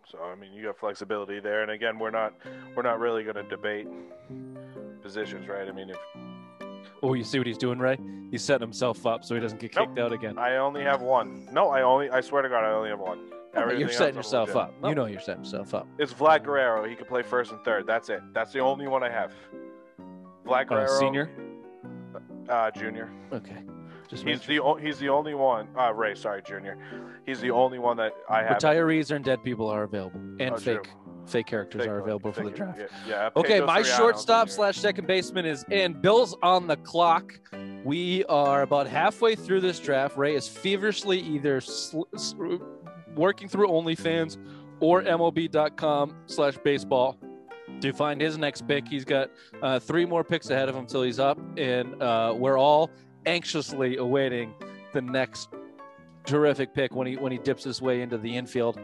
Speaker 2: So I mean, you got flexibility there. And again, we're not we're not really going to debate positions, right? I mean, if
Speaker 1: Oh, you see what he's doing, Ray? He's setting himself up so he doesn't get
Speaker 2: Nope.
Speaker 1: kicked out again.
Speaker 2: I only have one. No, I only I swear to God, I only have one. Everything
Speaker 1: You're
Speaker 2: else
Speaker 1: setting
Speaker 2: I'm
Speaker 1: yourself
Speaker 2: legit.
Speaker 1: up. You know you're setting yourself up.
Speaker 2: It's Vlad Guerrero. He can play first and third. That's it. That's the only one I have. Vlad
Speaker 1: Uh,
Speaker 2: Guerrero,
Speaker 1: senior?
Speaker 2: uh, junior.
Speaker 1: Okay. Just make
Speaker 2: He's the o- he's the only one. Uh, Ray, sorry, Junior. He's the only one that I
Speaker 1: sure.
Speaker 2: have.
Speaker 1: Retirees and dead people are available, and
Speaker 2: Oh, true.
Speaker 1: fake fake characters
Speaker 2: Fake
Speaker 1: are
Speaker 2: one,
Speaker 1: available for the
Speaker 2: fake one,
Speaker 1: draft.
Speaker 2: Yeah. yeah I
Speaker 1: Okay,
Speaker 2: picked
Speaker 1: my
Speaker 2: Osiriano
Speaker 1: shortstop
Speaker 2: Jr.
Speaker 1: slash second baseman is in. Bill's on the clock. We are about halfway through this draft. Ray is feverishly either sl- s- working through OnlyFans or MLB.com slash baseball to find his next pick. He's got uh, three more picks ahead of him till he's up, and uh, we're all anxiously awaiting the next terrific pick when he when he dips his way into the infield.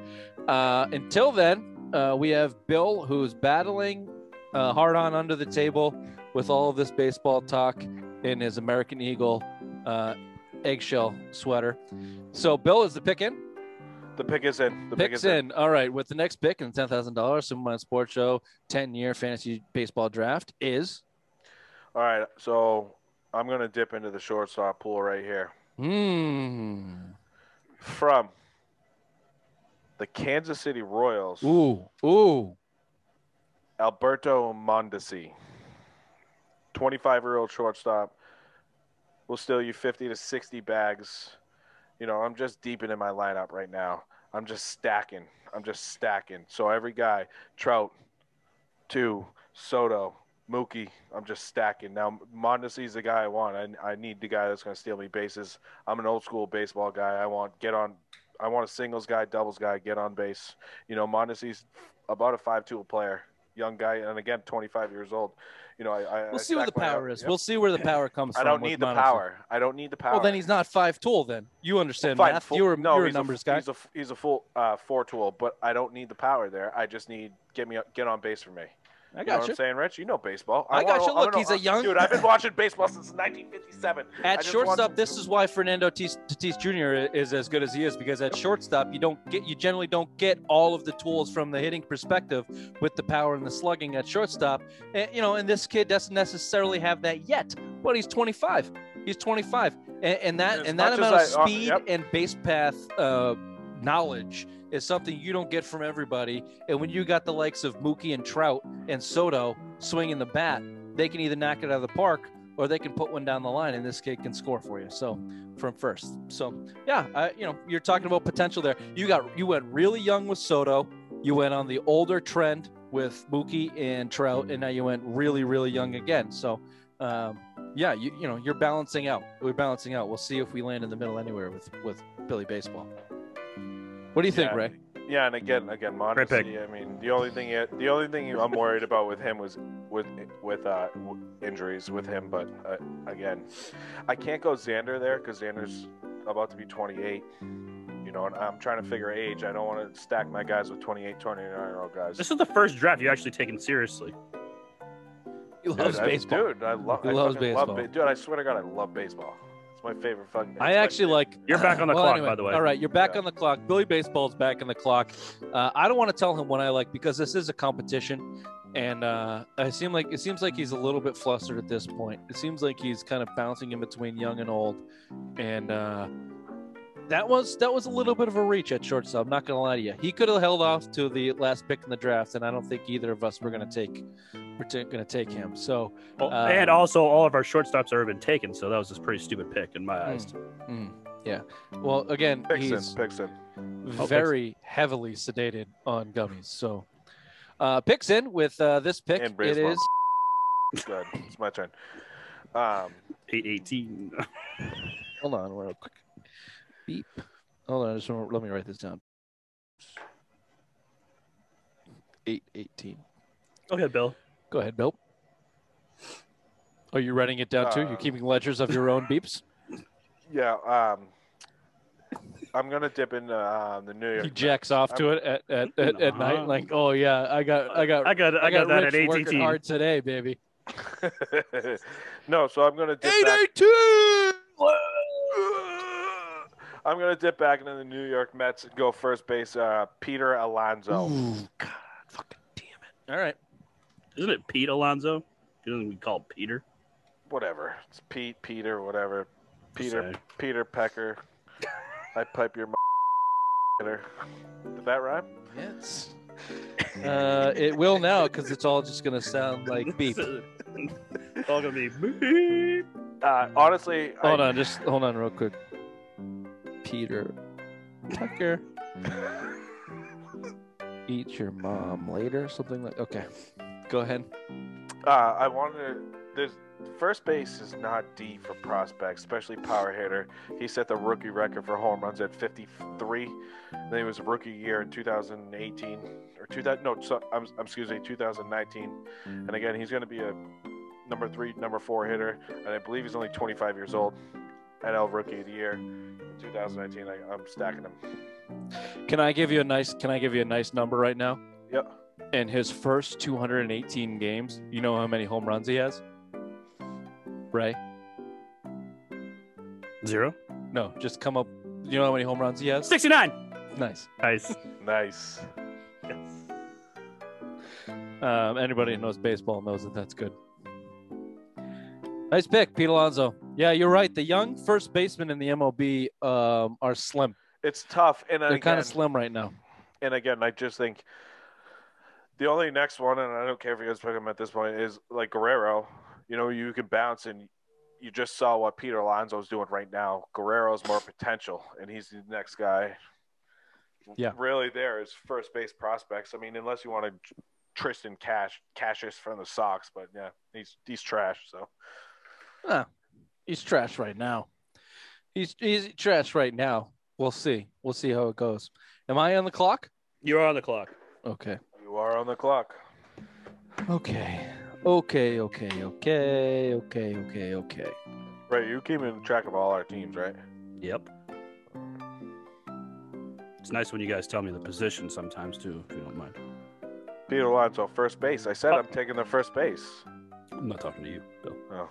Speaker 1: Uh, until then, uh, we have Bill who's battling uh, hard on under the table with all of this baseball talk in his American Eagle uh, eggshell sweater. So Bill is the pick in.
Speaker 2: The pick is in. The pick
Speaker 1: Picks
Speaker 2: is in.
Speaker 1: in. All right. With the next pick in the $10,000 Superman Sports Show 10 year fantasy baseball draft is
Speaker 2: All right, so I'm gonna dip into the shortstop pool right here
Speaker 1: Hmm.
Speaker 2: from the Kansas City Royals,
Speaker 1: Ooh. Ooh.
Speaker 2: Alberto Mondesi, 25-year-old shortstop, will steal you 50 to 60 bags. You know, I'm just deep into my lineup right now. I'm just stacking. I'm just stacking. So every guy, Trout, two, Soto, Mookie, I'm just stacking. Now Mondesi's the guy I want. I, I need the guy that's going to steal me bases. I'm an old school baseball guy. I want get on. I want a singles guy, doubles guy, get on base. You know, Mondesi's about a five-tool player, young guy, and again, 25 years old. You know, I, I I
Speaker 1: We'll see where the
Speaker 2: stack my
Speaker 1: power
Speaker 2: up-
Speaker 1: is.
Speaker 2: Yep.
Speaker 1: We'll see where the power comes
Speaker 2: <laughs> I
Speaker 1: from.
Speaker 2: don't
Speaker 1: with
Speaker 2: need the
Speaker 1: Monesi.
Speaker 2: power. I don't need the power.
Speaker 1: Well, then he's not five tool. Then you understand
Speaker 2: Fine,
Speaker 1: math.
Speaker 2: full-
Speaker 1: you're a,
Speaker 2: no,
Speaker 1: you're a
Speaker 2: he's
Speaker 1: numbers
Speaker 2: a,
Speaker 1: guy.
Speaker 2: He's a f- he's a full uh, four tool, but I don't need the power there. I just need get me get on base for me.
Speaker 1: I
Speaker 2: You know
Speaker 1: got
Speaker 2: what
Speaker 1: you.
Speaker 2: I'm saying, Rich? You know baseball.
Speaker 1: I got
Speaker 2: wanna-
Speaker 1: you.
Speaker 2: wanna
Speaker 1: Look,
Speaker 2: know-
Speaker 1: he's a young-
Speaker 2: dude. I've been watching baseball since 1957. I
Speaker 1: At
Speaker 2: just
Speaker 1: shortstop,
Speaker 2: watched-
Speaker 1: this is why Fernando Tatis Tatis Jr. is as good as he is because at shortstop you don't get you generally don't get all of the tools from the hitting perspective with the power and the slugging at shortstop. And, you know, and this kid doesn't necessarily have that yet, but he's 25. He's 25, and, and that
Speaker 2: As
Speaker 1: and that
Speaker 2: much
Speaker 1: amount of
Speaker 2: as I- uh,
Speaker 1: speed
Speaker 2: yep.
Speaker 1: and base path uh, knowledge is something you don't get from everybody. And when you got the likes of Mookie and Trout and Soto swinging the bat, they can either knock it out of the park or they can put one down the line and this kid can score for you. So from first. So yeah, I, you know, you're talking about potential there. You got you went really young with Soto. You went on the older trend with Mookie and Trout, and now you went really, really young again. So um, yeah, you you know, you're balancing out. We're balancing out. We'll see if we land in the middle anywhere with with Billy Baseball. What do you think,
Speaker 2: Yeah.
Speaker 1: Ray? <laughs>
Speaker 2: Yeah, and again, again,
Speaker 3: Great pick.
Speaker 2: Mondesi. I mean, the only thing he- the only thing I'm worried about with him was with with uh, w- injuries with him. But uh, again, I can't go Xander there because Xander's about to be 28. You know, and I'm trying to figure age. I don't want to stack my guys with 28, 29 year old guys.
Speaker 3: This is the first draft you actually taken seriously.
Speaker 1: He loves
Speaker 2: dude,
Speaker 1: baseball.
Speaker 2: I, dude, I love.
Speaker 1: He
Speaker 2: I
Speaker 1: loves
Speaker 2: fucking love
Speaker 1: baseball.
Speaker 2: ba- dude, I swear to God, I love baseball. It's my favorite fucking.
Speaker 1: I
Speaker 2: it's my-
Speaker 1: actually like.
Speaker 3: You're back on the
Speaker 1: <sighs> Well,
Speaker 3: clock,
Speaker 1: anyway,
Speaker 3: by the way.
Speaker 1: All right, you're back
Speaker 2: Yeah.
Speaker 1: on the clock. Billy Baseball's back on the clock. Uh, I don't want to tell him what I like because this is a competition, and uh, I seem like it seems like he's a little bit flustered at this point. It seems like he's kind of bouncing in between young and old, and uh, that was that was a little bit of a reach at shortstop. I'm not going to lie to you. He could have held off to the last pick in the draft, and I don't think either of us were going to take we're going to take him. So.
Speaker 3: Well,
Speaker 1: uh,
Speaker 3: and also, all of our shortstops have been taken, so that was a pretty stupid pick in my eyes.
Speaker 1: mm, yeah. Well, again, he's
Speaker 2: Pixon. Pixon.
Speaker 3: Oh, thanks.
Speaker 1: very heavily sedated on gummies. So, uh, picks in with uh, this pick.
Speaker 2: And
Speaker 1: it
Speaker 2: Brisbane.
Speaker 1: is
Speaker 2: Good. It's my turn. Um,
Speaker 3: Eight eighteen. <laughs>
Speaker 1: hold on real quick. Beep. Hold on, I just want let me write this down.
Speaker 4: Eight eighteen.
Speaker 3: Go ahead, Bill.
Speaker 1: Go ahead, Bill. Are you writing it down too?
Speaker 2: Uh,
Speaker 1: You're keeping ledgers of your own
Speaker 2: <laughs>
Speaker 1: beeps.
Speaker 2: yeah. Um, I'm gonna dip into um, the New York.
Speaker 1: He jacks off to it at at, at, at night,
Speaker 3: Uh-huh.
Speaker 1: like, oh yeah, I got I got
Speaker 3: I got, I got, that at
Speaker 1: Rich
Speaker 3: eight
Speaker 1: working
Speaker 3: eighteen.
Speaker 1: hard today, baby.
Speaker 2: Mets. <laughs> no, so I'm gonna dip back. I'm gonna dip back into the New York Mets and go first base. Uh, Peter Alonso.
Speaker 1: Ooh, God, fucking damn it! All right,
Speaker 3: Isn't it Pete Alonso? Doesn't we call Peter?
Speaker 2: Whatever. It's Pete. Peter. Whatever. Peter.
Speaker 3: Sorry.
Speaker 2: Peter Pecker. I pipe your. Did that rhyme?
Speaker 1: Yes. <laughs> Uh, it will now because it's all just gonna sound like
Speaker 3: <laughs>
Speaker 1: beep.
Speaker 3: It's all gonna be beep.
Speaker 2: Uh, honestly,
Speaker 1: Hold
Speaker 2: I,
Speaker 1: on, just hold on real quick. Peter Tucker, eat your mom later, something like. Okay, go ahead.
Speaker 2: uh, I wanted to. There's, first base is not deep for prospects, especially power hitter. He set the rookie record for home runs at 53. Then he was a rookie year in 2018 or 2000. No, so, I'm, I'm excuse me, 2019. And again, he's going to be a number three, number four hitter, and I believe he's only 25 years old. NL Rookie of the Year, in 2019. I, I'm stacking him.
Speaker 1: Can I give you a nice? Can I give you a nice number right now?
Speaker 2: Yep.
Speaker 1: In his first 218 games, you know how many home runs he has? Ray?
Speaker 3: Zero.
Speaker 1: No, just come up. You know how many home runs he has?
Speaker 3: Sixty nine.
Speaker 1: Nice.
Speaker 3: Nice. <laughs>
Speaker 2: Nice.
Speaker 1: Um, anybody who knows baseball knows that that's good. Nice pick, Pete Alonso. Yeah, you're right. The young first basemen in the MLB um, are slim.
Speaker 2: It's tough, and
Speaker 1: They're kind
Speaker 2: again,
Speaker 1: of slim right now.
Speaker 2: and again, I just think the only next one, and I don't care if you guys pick him at this point, is like Guerrero. You know, you can bounce, and you just saw what Peter Alonso's doing right now. Guerrero's more potential, and he's the next guy.
Speaker 1: Yeah.
Speaker 2: really, there is first base prospects. I mean, unless you want to Tristan Cash, Cassius from the Sox, but yeah, he's he's trash. So
Speaker 1: He's trash right now. He's he's trash right now. We'll see. We'll see how it goes. Am I on the clock?
Speaker 3: You're on the clock.
Speaker 1: Okay.
Speaker 2: you are on the clock.
Speaker 1: Okay. Okay. Okay. Okay. Okay. Okay. Okay.
Speaker 2: Right, you keep in track of all our teams, right?
Speaker 3: Yep. It's nice when you guys tell me the position sometimes too, if you don't mind.
Speaker 2: Peter Alonso, first base. I said I'm taking the first base.
Speaker 3: I'm not talking to you, Bill.
Speaker 2: Oh.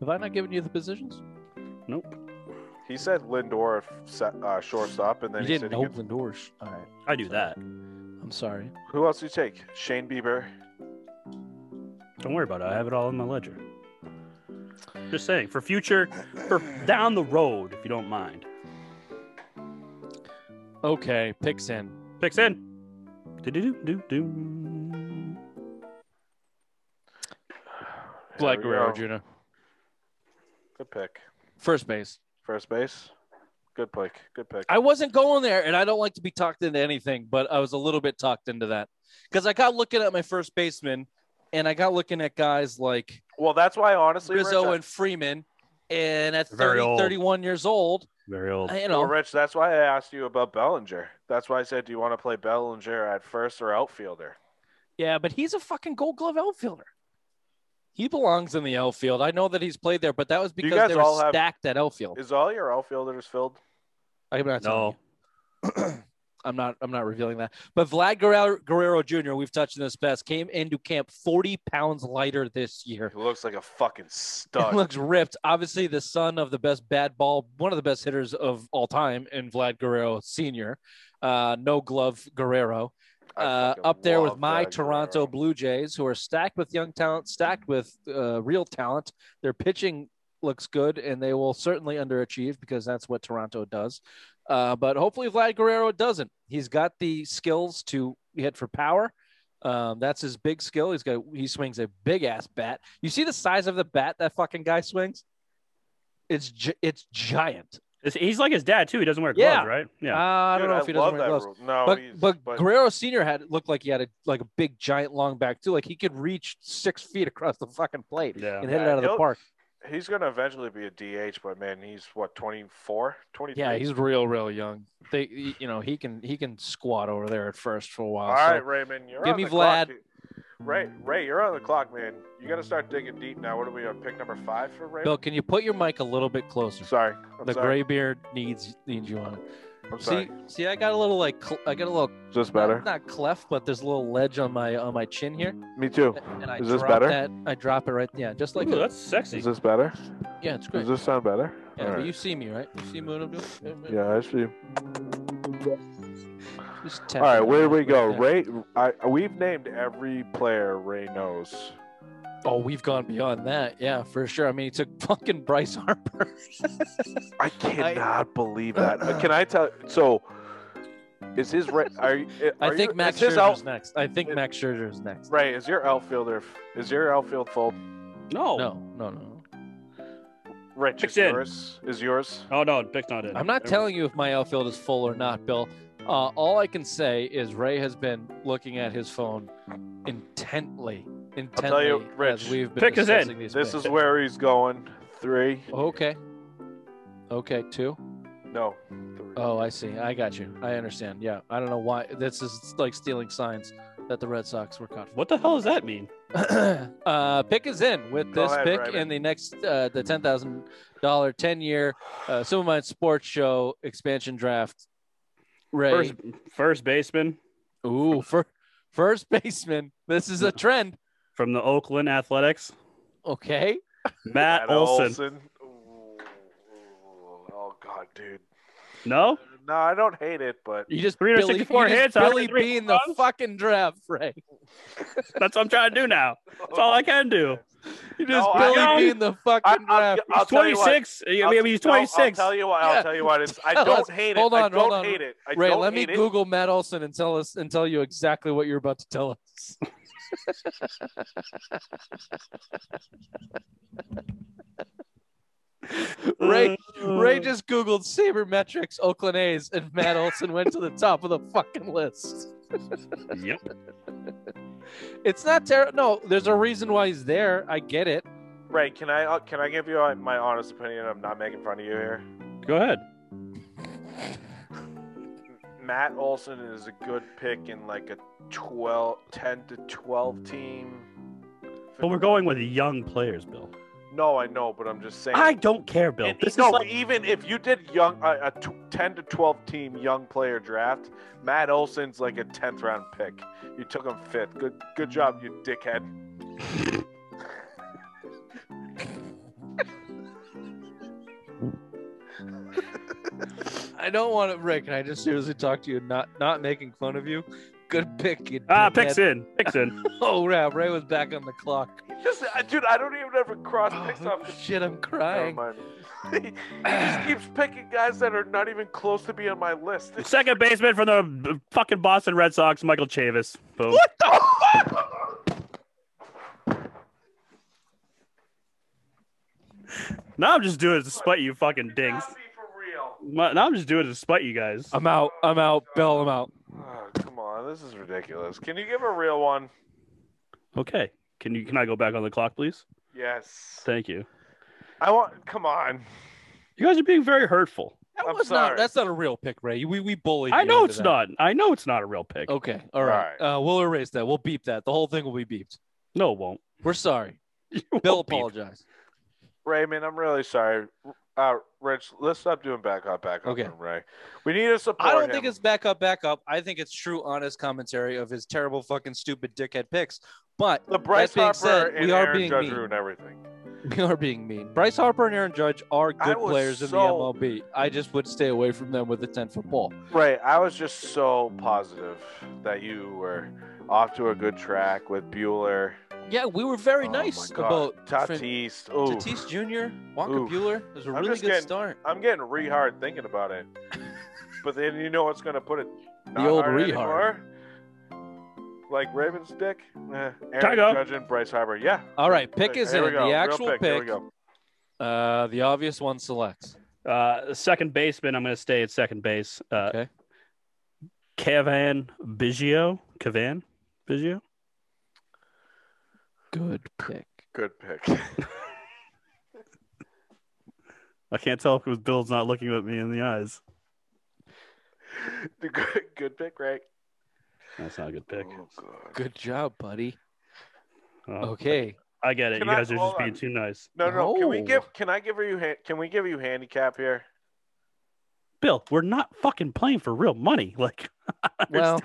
Speaker 1: Have I not given you the positions?
Speaker 3: Nope.
Speaker 2: He said Lindor set, uh, shortstop, and then
Speaker 1: you
Speaker 2: he
Speaker 1: didn't
Speaker 2: said he
Speaker 1: know
Speaker 2: could-
Speaker 1: Lindor's. All right.
Speaker 3: I do that.
Speaker 1: I'm sorry.
Speaker 2: who else do you take? Shane Bieber. <sighs>
Speaker 3: Don't worry about it. I have it all in my ledger. Just saying, for future, for down the road, if you don't mind.
Speaker 1: Okay. Picks in.
Speaker 3: Picks in. Do-do-do-do-do.
Speaker 1: Vlad
Speaker 2: There we
Speaker 1: Guerrero
Speaker 2: go.
Speaker 1: Jr.
Speaker 2: Good pick.
Speaker 1: First base.
Speaker 2: First base. Good pick. Good pick.
Speaker 1: I wasn't going there, and I don't like to be talked into anything, but I was a little bit talked into that because I got looking at my first baseman, and I got looking at guys like
Speaker 2: well, that's why honestly, Rich,
Speaker 1: Rizzo
Speaker 2: I-
Speaker 1: and Freeman, and at
Speaker 3: Very
Speaker 1: 30,
Speaker 3: old.
Speaker 1: 31 years old,
Speaker 3: Very old.
Speaker 1: you
Speaker 2: well,
Speaker 1: know,
Speaker 2: Rich, that's why I asked you about Bellinger. That's why I said, do you want to play Bellinger at first or outfielder?
Speaker 1: yeah, but he's a fucking Gold Glove outfielder. He belongs in the outfield. I know that he's played there, but that was
Speaker 2: You
Speaker 1: because
Speaker 2: guys
Speaker 1: they
Speaker 2: all
Speaker 1: were
Speaker 2: have-
Speaker 1: stacked at outfield.
Speaker 2: Is all your outfielders filled?
Speaker 1: I'm not telling
Speaker 3: No.
Speaker 1: you. I'm not. I'm not revealing that. But Vlad Guerrero, Guerrero Jr. We've touched on this best. Came into camp 40 pounds lighter this year.
Speaker 2: He looks like a
Speaker 1: <laughs>
Speaker 2: fucking
Speaker 1: It
Speaker 2: stud.
Speaker 1: looks ripped. Obviously, the son of the best bad ball, one of the best hitters of all time, in Vlad Guerrero Sr. Uh, no glove Guerrero.
Speaker 2: I
Speaker 1: Uh,
Speaker 2: fucking
Speaker 1: up there with
Speaker 2: love
Speaker 1: my
Speaker 2: Vlad
Speaker 1: Toronto
Speaker 2: Guerrero.
Speaker 1: Blue Jays, who are stacked with young talent, stacked with uh, real talent. Their pitching looks good, and they will certainly underachieve because that's what Toronto does. Uh, but hopefully, Vlad Guerrero doesn't. He's got the skills to hit for power. Um, that's his big skill. He's got he swings a big ass bat. You see the size of the bat that fucking guy swings? It's gi- it's giant.
Speaker 3: It's- He's like his dad too. He doesn't wear gloves,
Speaker 1: Yeah.
Speaker 3: right?
Speaker 1: Uh,
Speaker 3: Yeah.
Speaker 1: I don't
Speaker 2: Dude,
Speaker 1: know if he doesn't
Speaker 2: love
Speaker 1: wear
Speaker 2: that
Speaker 1: gloves
Speaker 2: rule. No,
Speaker 1: but,
Speaker 2: he's-
Speaker 1: but Guerrero Senior had looked like he had a like a big giant long back too. Like he could reach six feet across the fucking plate
Speaker 3: yeah.
Speaker 1: and hit it
Speaker 2: Yeah,
Speaker 1: out of the
Speaker 2: he'll-
Speaker 1: park.
Speaker 2: he's going to eventually be a DH, but man, he's what, 24, 23? <laughs>
Speaker 1: Yeah, he's real, real young. They, you know, he can he can squat over there at first for a while.
Speaker 2: All right, Raymond, you're
Speaker 1: give
Speaker 2: on
Speaker 1: me
Speaker 2: the
Speaker 1: Vlad.
Speaker 2: clock, dude. Ray, Ray, you're on the clock, man. You got to start digging deep now. What are we on pick number five for Ray?
Speaker 1: Bill, can you put your mic a little bit closer?
Speaker 2: Sorry, I'm
Speaker 1: the
Speaker 2: sorry.
Speaker 1: graybeard needs needs you on it.
Speaker 2: I'm sorry.
Speaker 1: See, see, I got a little like cl- I got a little
Speaker 2: Is this
Speaker 1: not-
Speaker 2: better?
Speaker 1: Not, cleft, but there's a little ledge on my on my chin here,
Speaker 2: Me too.
Speaker 1: and I
Speaker 2: Is this
Speaker 1: drop
Speaker 2: better?
Speaker 1: that. I drop it right. Yeah, just like
Speaker 3: Ooh,
Speaker 1: that.
Speaker 3: that's sexy.
Speaker 2: Is this better?
Speaker 1: Yeah, it's great.
Speaker 2: Does this sound better?
Speaker 1: yeah,
Speaker 2: All
Speaker 1: but
Speaker 2: right.
Speaker 1: you see me, right? You see what I'm doing?
Speaker 2: Yeah, I see.
Speaker 1: Just
Speaker 2: All
Speaker 1: tap
Speaker 2: right,
Speaker 1: it
Speaker 2: where do
Speaker 1: out
Speaker 2: we
Speaker 1: right
Speaker 2: go?
Speaker 1: there.
Speaker 2: Ray, I, we've named every player Ray knows.
Speaker 1: Oh, we've gone beyond that. Yeah, for sure. I mean, he took <laughs> fucking Bryce Harper.
Speaker 2: I cannot <laughs> believe that. Uh, Can I tell? So, is his Ray? Are, you-
Speaker 1: I
Speaker 2: are you-
Speaker 1: think Max
Speaker 2: is his
Speaker 1: Scherzer's
Speaker 2: out,
Speaker 1: next. I think
Speaker 2: it-
Speaker 1: Max Scherzer's next.
Speaker 2: Ray, is your outfielder? Is your outfield full?
Speaker 3: No.
Speaker 1: No, no, no.
Speaker 2: Rich,
Speaker 3: Picks
Speaker 2: is
Speaker 3: in.
Speaker 2: yours? Is yours?
Speaker 3: Oh no, pick's not in.
Speaker 1: I'm not telling you if my outfield is full or not, Bill. Uh, all I can say is Ray has been looking at his phone intently, intently
Speaker 2: tell you,
Speaker 1: as
Speaker 2: Rich,
Speaker 1: we've been
Speaker 3: pick is in.
Speaker 1: discussing these
Speaker 2: This
Speaker 1: picks.
Speaker 2: is where he's going. Three.
Speaker 1: okay. Okay, two.
Speaker 2: No. Three.
Speaker 1: Oh, I see. I got you. I understand. Yeah, I don't know why this is like stealing signs that the Red Sox were caught
Speaker 3: What the hell does that mean?
Speaker 1: <clears throat> uh, pick is in with
Speaker 2: Go
Speaker 1: this
Speaker 2: ahead,
Speaker 1: pick
Speaker 2: Raymond.
Speaker 1: in the next uh, the ten thousand dollar ten year uh, Some of my sports show expansion draft. Ray,
Speaker 3: First, first baseman
Speaker 1: ooh, for first baseman. This is a trend.
Speaker 3: from the Oakland Athletics,
Speaker 1: Okay,
Speaker 3: Matt Olson.
Speaker 2: Ooh, ooh, Oh God, dude.
Speaker 3: No,
Speaker 2: No, I don't hate it, but
Speaker 4: You just Billy,
Speaker 3: 364
Speaker 4: you just
Speaker 3: hits,
Speaker 4: Billy
Speaker 3: 103
Speaker 4: being the
Speaker 3: runs.
Speaker 4: fucking draft, Frank.
Speaker 3: that's what I'm trying to do now. That's all I can do.
Speaker 4: You
Speaker 2: No,
Speaker 4: just
Speaker 2: I-
Speaker 4: Billy
Speaker 3: I-
Speaker 4: being the
Speaker 2: I,
Speaker 4: fucking
Speaker 2: I'll,
Speaker 4: draft.
Speaker 2: I'll
Speaker 3: He's
Speaker 2: tell you what.
Speaker 3: 26. I mean, he's
Speaker 2: no,
Speaker 3: 26.
Speaker 2: I'll tell you why. I'll
Speaker 4: Yeah.
Speaker 2: tell you why. It's,
Speaker 4: <laughs>
Speaker 2: I
Speaker 4: Tell us.
Speaker 2: don't hate it.
Speaker 4: Hold
Speaker 2: I
Speaker 4: on,
Speaker 2: don't
Speaker 4: hold on.
Speaker 2: hate it. I
Speaker 1: Ray,
Speaker 2: don't
Speaker 1: let me
Speaker 2: hate it.
Speaker 1: Google Matt Olson and tell us and tell you exactly what you're about to tell us. Ray,
Speaker 2: Uh.
Speaker 1: Ray just Googled sabermetrics Oakland A's, and Matt Olson went to the top of the fucking list.
Speaker 3: Mm. Yep.
Speaker 1: It's not terrible. No, there's a reason why he's there. I get it.
Speaker 2: Ray, can I uh, can I give you uh, my honest opinion? I'm not making fun of you here.
Speaker 3: Go ahead.
Speaker 2: Matt Olson is a good pick in like a 12, 10 to 12 team.
Speaker 3: But we're going with young players, Bill.
Speaker 2: No, I know, but I'm just saying.
Speaker 3: I don't care, Bill.
Speaker 2: And
Speaker 3: This
Speaker 2: no,
Speaker 3: is like
Speaker 2: even if you did young uh, a, a tw- 10 to 12 team young player draft, Matt Olson's like a 10th round pick. You took him fifth. Good good job, you dickhead.
Speaker 1: I don't want to, Ray. Can I just seriously talk to you? Not not making fun of you. Good pick. You
Speaker 3: ah,
Speaker 1: dickhead.
Speaker 3: picks in, picks <laughs> in.
Speaker 1: Oh, yeah. Ray was back on the clock.
Speaker 2: Just I- dude, I don't even ever cross picks
Speaker 1: Oh,
Speaker 2: off.
Speaker 1: shit, I'm
Speaker 2: Never
Speaker 1: crying.
Speaker 2: mind. <laughs> he just keeps picking guys that are not even close to be on my list.
Speaker 3: Second baseman for the b- fucking Boston Red Sox, Michael Chavis. Boom.
Speaker 1: What the
Speaker 3: Now I'm just doing it to spite you, fucking dings.
Speaker 2: Gotta be for real.
Speaker 3: My- Now I'm just doing it to spite you guys.
Speaker 1: I'm out. I'm out. Bill, I'm out.
Speaker 2: Oh, come on, this is ridiculous. Can you give a real one?
Speaker 3: Okay. Can you can I go back on the clock, please?
Speaker 2: Yes.
Speaker 3: Thank you.
Speaker 2: I want. Come on.
Speaker 3: You guys are being very hurtful.
Speaker 1: That
Speaker 2: I'm
Speaker 1: was not.
Speaker 2: sorry.
Speaker 1: That's not a real pick, Ray. We we bullied.
Speaker 3: I
Speaker 1: you
Speaker 3: know
Speaker 1: into
Speaker 3: it's
Speaker 1: that. Oh.
Speaker 3: not. I know it's not a real pick.
Speaker 1: Okay. All right. Uh, we'll erase that. We'll beep that. The whole thing will be beeped.
Speaker 3: No, it won't.
Speaker 1: We're <laughs> sorry.
Speaker 3: You
Speaker 1: Bill,
Speaker 3: won't be.
Speaker 1: apologize.
Speaker 2: Raymond, I'm really sorry. Uh, Rich, let's stop doing back up, back up,
Speaker 1: Okay.
Speaker 2: from Ray. We need to support.
Speaker 1: I don't
Speaker 2: him.
Speaker 1: think it's back up, back up. I think it's true, honest commentary of his terrible, fucking, stupid, dickhead picks. But
Speaker 2: the Bryce
Speaker 1: that being
Speaker 2: Harper
Speaker 1: said,
Speaker 2: and
Speaker 1: we are
Speaker 2: Aaron
Speaker 1: being
Speaker 2: Judge
Speaker 1: mean.
Speaker 2: ruined everything.
Speaker 1: <laughs> we are being mean. Bryce Harper and Aaron Judge are
Speaker 2: I
Speaker 1: good
Speaker 2: was
Speaker 1: players in the
Speaker 2: so-
Speaker 1: MLB. I just would stay away from them with a ten foot pole.
Speaker 2: Right. I was just so positive that you were off to a good track with Bueller.
Speaker 1: Yeah, we were very
Speaker 2: Oh,
Speaker 1: nice
Speaker 2: my God.
Speaker 1: about
Speaker 2: Tatis. Ooh.
Speaker 1: Tatis Jr. Wonka
Speaker 2: Oof.
Speaker 1: Bueller. It was a
Speaker 2: I'm
Speaker 1: really good
Speaker 2: just getting-
Speaker 1: start.
Speaker 2: I'm getting re hard thinking about it. but then you know what's going to put it not
Speaker 1: old
Speaker 2: hard
Speaker 1: re-hard.
Speaker 2: anymore? Like Raven's dick? Eh, Aaron
Speaker 3: Tiger.
Speaker 2: Judge and Bryce Harper. Yeah.
Speaker 1: All right, pick is
Speaker 2: Here
Speaker 1: in.
Speaker 2: we go.
Speaker 1: The
Speaker 2: Real
Speaker 1: actual
Speaker 2: pick. Here we go.
Speaker 1: Uh, the obvious one selects.
Speaker 3: Uh, second baseman. I'm going to stay at second base. Uh,
Speaker 1: Okay.
Speaker 3: Cavan Biggio. Cavan Biggio.
Speaker 1: Good pick.
Speaker 2: Good pick. <laughs>
Speaker 3: I can't tell because Bill's not looking at me in the eyes.
Speaker 2: good, good pick, right?
Speaker 3: That's not a good pick.
Speaker 2: Oh, God.
Speaker 1: Good job, buddy.
Speaker 3: Oh,
Speaker 1: Okay.
Speaker 3: I get it.
Speaker 2: Can
Speaker 3: you
Speaker 2: I-
Speaker 3: guys are
Speaker 2: hold
Speaker 3: just being
Speaker 2: on.
Speaker 3: too nice.
Speaker 2: No, no. Can we
Speaker 1: No.
Speaker 2: give? Can I give you? ha- Can we give you handicap here?
Speaker 3: Bill, we're not fucking playing for real money. <laughs> Like,
Speaker 1: Well,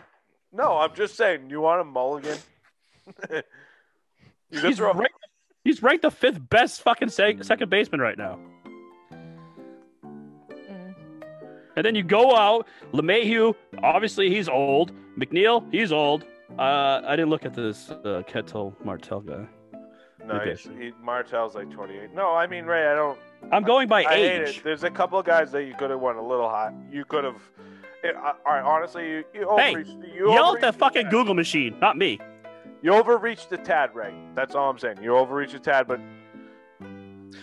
Speaker 2: No, I'm just saying. You want a mulligan? <laughs> you could
Speaker 3: he's,
Speaker 2: throw. Hmm.
Speaker 3: ranked, he's ranked the fifth best fucking sec- second baseman right now.
Speaker 2: Hmm.
Speaker 3: And then you go out. LeMahieu, obviously he's old. McNeil, he's old. Uh, I didn't look at this uh, Ketel Martel guy.
Speaker 2: No,
Speaker 3: Okay.
Speaker 2: he's- he, Martel's like 28. No, I mean Ray. I don't.
Speaker 3: I'm going by
Speaker 2: I hate
Speaker 3: age.
Speaker 2: it. There's a couple of guys that you could have went a little hot. You could have. It, I, all right, honestly, you you
Speaker 3: Hey,
Speaker 2: overreached. you
Speaker 3: Yell at the
Speaker 2: overreached
Speaker 3: fucking
Speaker 2: tad.
Speaker 3: Google machine, not me.
Speaker 2: You overreached the tad, Ray. That's all I'm saying. You overreached the tad, but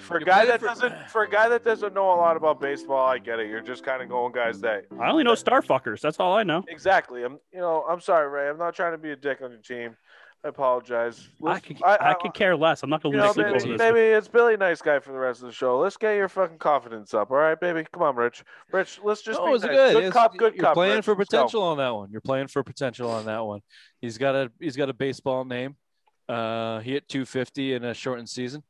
Speaker 2: for a
Speaker 1: You
Speaker 2: guy
Speaker 1: played
Speaker 2: that
Speaker 1: for-
Speaker 3: <laughs>
Speaker 2: doesn't for a guy that doesn't know a lot about baseball, I get it. You're just kind of going guys that
Speaker 3: I only know star fuckers. That's all I know.
Speaker 2: Exactly. I'm you know, I'm sorry, Ray. I'm not trying to be a dick on your team. I apologize.
Speaker 3: I
Speaker 2: Let's-
Speaker 3: could, I, could care less. I'm not
Speaker 2: you
Speaker 3: gonna
Speaker 2: know,
Speaker 3: lose sleep
Speaker 1: people
Speaker 2: maybe,
Speaker 3: over this.
Speaker 2: maybe it's Billy nice guy for the rest of the show. Let's get your fucking confidence up, all right, baby? Come on, Rich. Rich, let's just
Speaker 1: no,
Speaker 2: be
Speaker 1: it was
Speaker 2: nice.
Speaker 1: good.
Speaker 2: Good
Speaker 1: It's-
Speaker 2: cop, good
Speaker 1: you're
Speaker 2: cop.
Speaker 1: playing
Speaker 2: Rich.
Speaker 1: for
Speaker 2: Let's go.
Speaker 1: potential on that one. You're playing for potential on that one. He's got a he's got a baseball name. Uh, he hit 250 in a shortened season.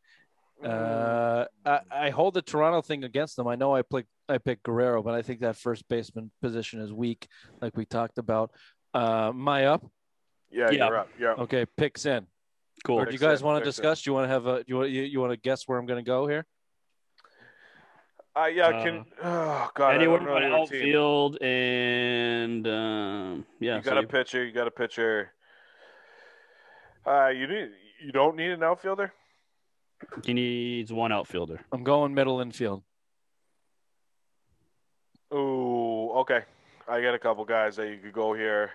Speaker 1: Uh, I, I hold the Toronto thing against them. I know I picked I picked Guerrero, but I think that first baseman position is weak, like we talked about. Uh, my up.
Speaker 2: yeah,
Speaker 3: yeah.
Speaker 2: you're up. Yeah.
Speaker 1: Okay, picks in.
Speaker 3: Cool.
Speaker 1: Or do you guys
Speaker 2: Picks in,
Speaker 1: want to
Speaker 2: picks in.
Speaker 1: discuss? Do you want to have a? Do you want you, you want to guess where I'm going to go here?
Speaker 2: Uh, yeah,
Speaker 3: Uh,
Speaker 2: can oh god, I
Speaker 3: Anywhere
Speaker 2: don't know
Speaker 3: but
Speaker 2: your team.
Speaker 3: outfield and um, yeah.
Speaker 2: you
Speaker 3: so
Speaker 2: got a pitcher. You got a pitcher. Uh, you need. You don't need an outfielder.
Speaker 3: he needs one outfielder.
Speaker 1: I'm going middle infield.
Speaker 2: Ooh, okay. I got a couple guys that you could go here.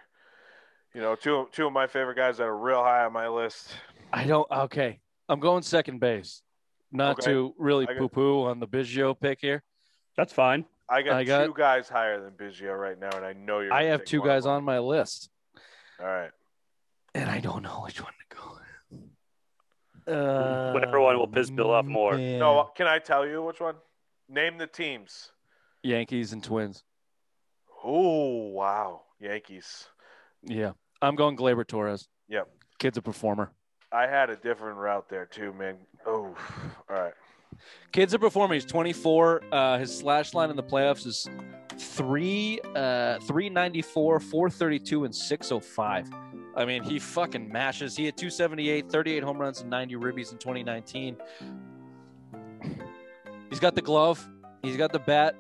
Speaker 2: You know, two two of my favorite guys that are real high on my list.
Speaker 1: I don't. Okay, I'm going second base. Not
Speaker 2: Okay.
Speaker 1: to really
Speaker 2: I got-
Speaker 1: poo poo on the Biggio pick here.
Speaker 3: That's fine.
Speaker 2: I got,
Speaker 1: I got-
Speaker 2: two guys higher than Biggio right now, and I know you're.
Speaker 1: I
Speaker 2: gonna
Speaker 1: have
Speaker 2: take
Speaker 1: two
Speaker 2: one of
Speaker 1: guys
Speaker 2: them.
Speaker 1: on my list,
Speaker 2: All right.
Speaker 1: and I don't know which one to go.
Speaker 3: Whatever one will piss Bill off more.
Speaker 1: man.
Speaker 2: No, uh can I tell you which one? Name the teams.
Speaker 1: Yankees and Twins.
Speaker 2: Oh wow, Yankees.
Speaker 1: Yeah, I'm going Glaber Torres.
Speaker 2: Yep.
Speaker 1: kid's a performer.
Speaker 2: I had a different route there too, man. Oh, all right.
Speaker 1: Kid's a performer. He's 24. Uh, his slash line in the playoffs is three, uh, 394, 432, and 605. I mean, he fucking mashes. He had 278, 38 home runs, and 90 ribbies in 2019. He's got the glove. He's got the bat.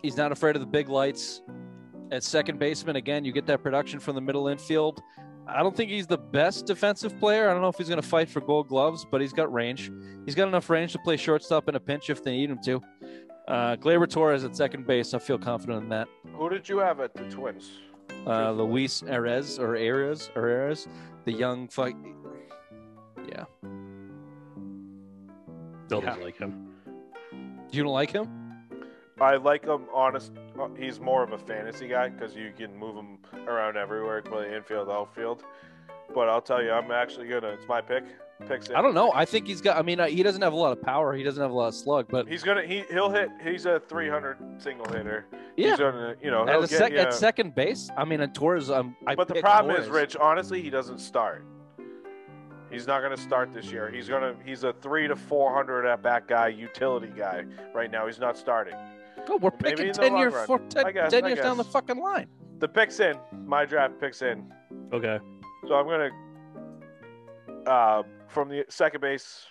Speaker 1: He's not afraid of the big lights. At second baseman, again, you get that production from the middle infield. I don't think he's the best defensive player. I don't know if he's going to fight for gold gloves, but he's got range. He's got enough range to play shortstop in a pinch if they need him to. Uh, Glaber Torres at second base. I feel confident in that.
Speaker 2: Who did you have at the Twins?
Speaker 1: Uh,
Speaker 2: Truthfully.
Speaker 1: Luis Erez or Ares or Ares, the young fuck. Yeah,
Speaker 3: Bill
Speaker 1: Yeah.
Speaker 3: doesn't like him.
Speaker 1: you don't like him?
Speaker 2: I like him. Honest, uh, he's more of a fantasy guy because you can move him around everywhere, play infield, outfield. But I'll tell you, I'm actually gonna. It's my pick. Picks it.
Speaker 1: I don't know. I think he's got. I mean, uh, he doesn't have a lot of power. He doesn't have a lot of slug, but
Speaker 2: He's gonna. He he'll hit. He's a 300 single hitter.
Speaker 1: yeah.
Speaker 2: He's gonna. You know.
Speaker 1: At,
Speaker 2: He'll
Speaker 1: the
Speaker 2: get
Speaker 1: sec-
Speaker 2: you-
Speaker 1: at second base, I mean, at Torres, um, I
Speaker 2: but the
Speaker 1: picked
Speaker 2: problem is,
Speaker 1: Torres.
Speaker 2: Rich. Honestly, he doesn't start. He's not going to start this year. He's going to. He's a three to four hundred at bat guy, utility guy. Right now, he's not starting.
Speaker 1: Oh, we're
Speaker 2: maybe
Speaker 1: picking
Speaker 2: in the
Speaker 1: ten
Speaker 2: long
Speaker 1: year,
Speaker 2: run.
Speaker 1: for, ten,
Speaker 2: I guess,
Speaker 1: 10
Speaker 2: I
Speaker 1: years down the
Speaker 2: guess.
Speaker 1: fucking line.
Speaker 2: The picks in. My draft picks in.
Speaker 3: Okay.
Speaker 2: So I'm going to. Uh, from the second base,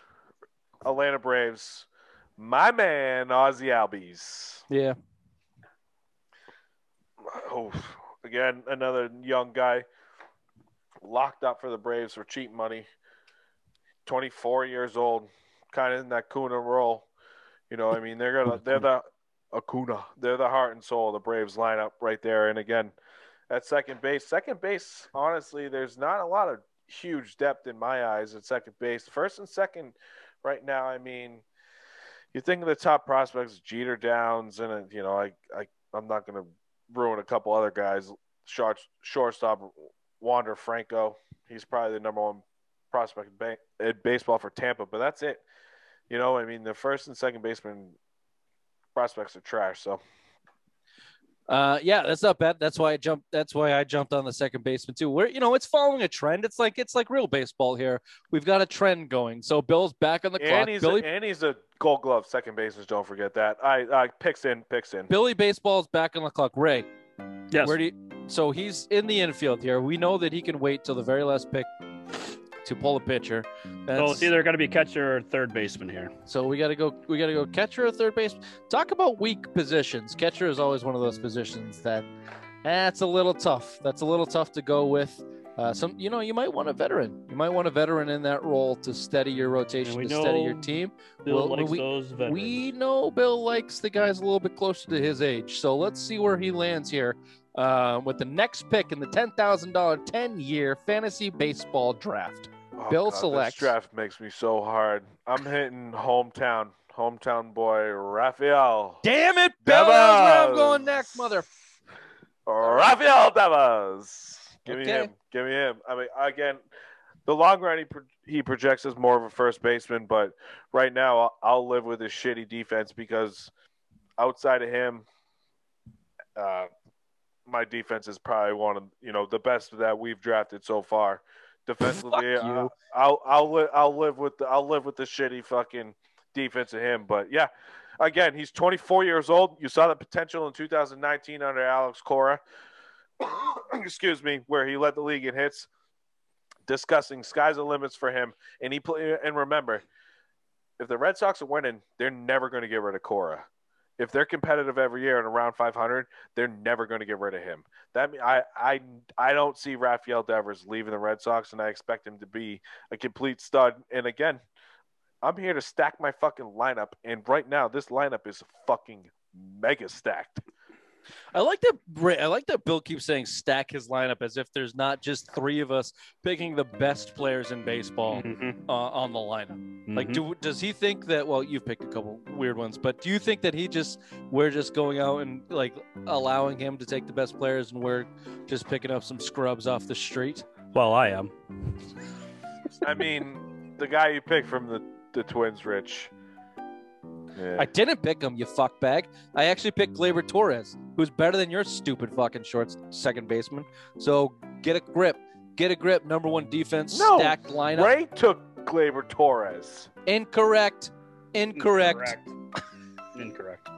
Speaker 2: Atlanta Braves, my man Ozzy Albies.
Speaker 1: Yeah,
Speaker 2: Oh, again, another young guy locked up for the Braves for cheap money. 24 years old, kind of in that Kuna role. You know, I mean, they're gonna they're the Acuna. They're the heart and soul of the Braves lineup right there. And again, at second base, second base, honestly, there's not a lot of huge depth in my eyes at second base. First and second, right now, I mean, you think of the top prospects, Jeter Downs, and uh, you know, I, I I'm not gonna ruin a couple other guys. Short, shortstop Wander Franco. He's probably the number one prospect in ba- at baseball for Tampa, but that's it. You know, I mean, the first and second baseman prospects are trash. So
Speaker 1: Uh, yeah, that's not bad. That's why I jumped. That's why I jumped on the second baseman too. Where you know it's following a trend. It's like it's like real baseball here. We've got a trend going. So Bill's back on the clock.
Speaker 2: and he's
Speaker 1: Billy
Speaker 2: a, and he's a Gold Glove second baseman. Don't forget that. I I picks in picks in.
Speaker 1: Billy baseball's back on the clock. Ray,
Speaker 3: Yes.
Speaker 1: where do you, so he's in the infield here. We know that he can wait till the very last pick to pull a pitcher.
Speaker 3: so
Speaker 1: That's,
Speaker 3: it's either going to be catcher or third baseman here.
Speaker 1: so we got to go. We got to go catcher or third base. Talk about weak positions. Catcher is always one of those positions that that's a little tough. That's a little tough to go with. Uh, some you know you might want a veteran. You might want a veteran in that role to steady your rotation,
Speaker 3: we
Speaker 1: to steady
Speaker 3: know
Speaker 1: your team.
Speaker 3: Bill
Speaker 1: Well,
Speaker 3: likes
Speaker 1: we-
Speaker 3: those veterans.
Speaker 1: We know Bill likes the guys a little bit closer to his age, so let's see where he lands here uh, with the next pick in the ten thousand dollar ten year fantasy baseball draft.
Speaker 2: Oh,
Speaker 1: Bill
Speaker 2: God,
Speaker 1: selects-
Speaker 2: This draft makes me so hard. I'm hitting hometown hometown boy Rafael.
Speaker 1: Damn it, Bill! That's where I'm going next,
Speaker 2: Devos.
Speaker 1: mother.
Speaker 2: Rafael Devos. Give me
Speaker 1: Okay.
Speaker 2: him. Give me him. I mean, again, the long run he pro- he projects as more of a first baseman, but right now I'll, I'll live with his shitty defense because outside of him, uh, my defense is probably one of you know the best that we've drafted so far. Defensively,
Speaker 1: Fuck
Speaker 2: I,
Speaker 1: you.
Speaker 2: I'll I'll li- I'll live with the, I'll live with the shitty fucking defense of him. But yeah, again, he's 24 years old. You saw the potential in 2019 under Alex Cora. <coughs> Excuse me, where he led the league in hits. Discussing sky's the limits for him, and he play, and remember, if the Red Sox are winning, they're never going to get rid of Cora. If they're competitive every year and around 500, they're never going to get rid of him. That mean- I I I don't see Rafael Devers leaving the Red Sox, and I expect him to be a complete stud. And again, I'm here to stack my fucking lineup, and right now this lineup is fucking mega stacked.
Speaker 1: I like that. Bra- I like that Bill keeps saying stack his lineup as if there's not just three of us picking the best players in baseball
Speaker 3: Mm-hmm.
Speaker 1: uh, on the lineup. Like, do does he think that? Well, you've picked a couple weird ones, but do you think that he just we're just going out and like allowing him to take the best players, and we're just picking up some scrubs off the street?
Speaker 3: well, I am.
Speaker 1: <laughs>
Speaker 2: I mean, the guy you picked from the the Twins, Rich. Yeah.
Speaker 1: I didn't pick him, you fuckbag. I actually picked Glaber Torres, who's better than your stupid fucking short second baseman. So get a grip, get a grip. Number one defense,
Speaker 2: No,
Speaker 1: stacked lineup.
Speaker 2: Ray took Glaber Torres.
Speaker 1: Incorrect. Incorrect.
Speaker 3: Incorrect.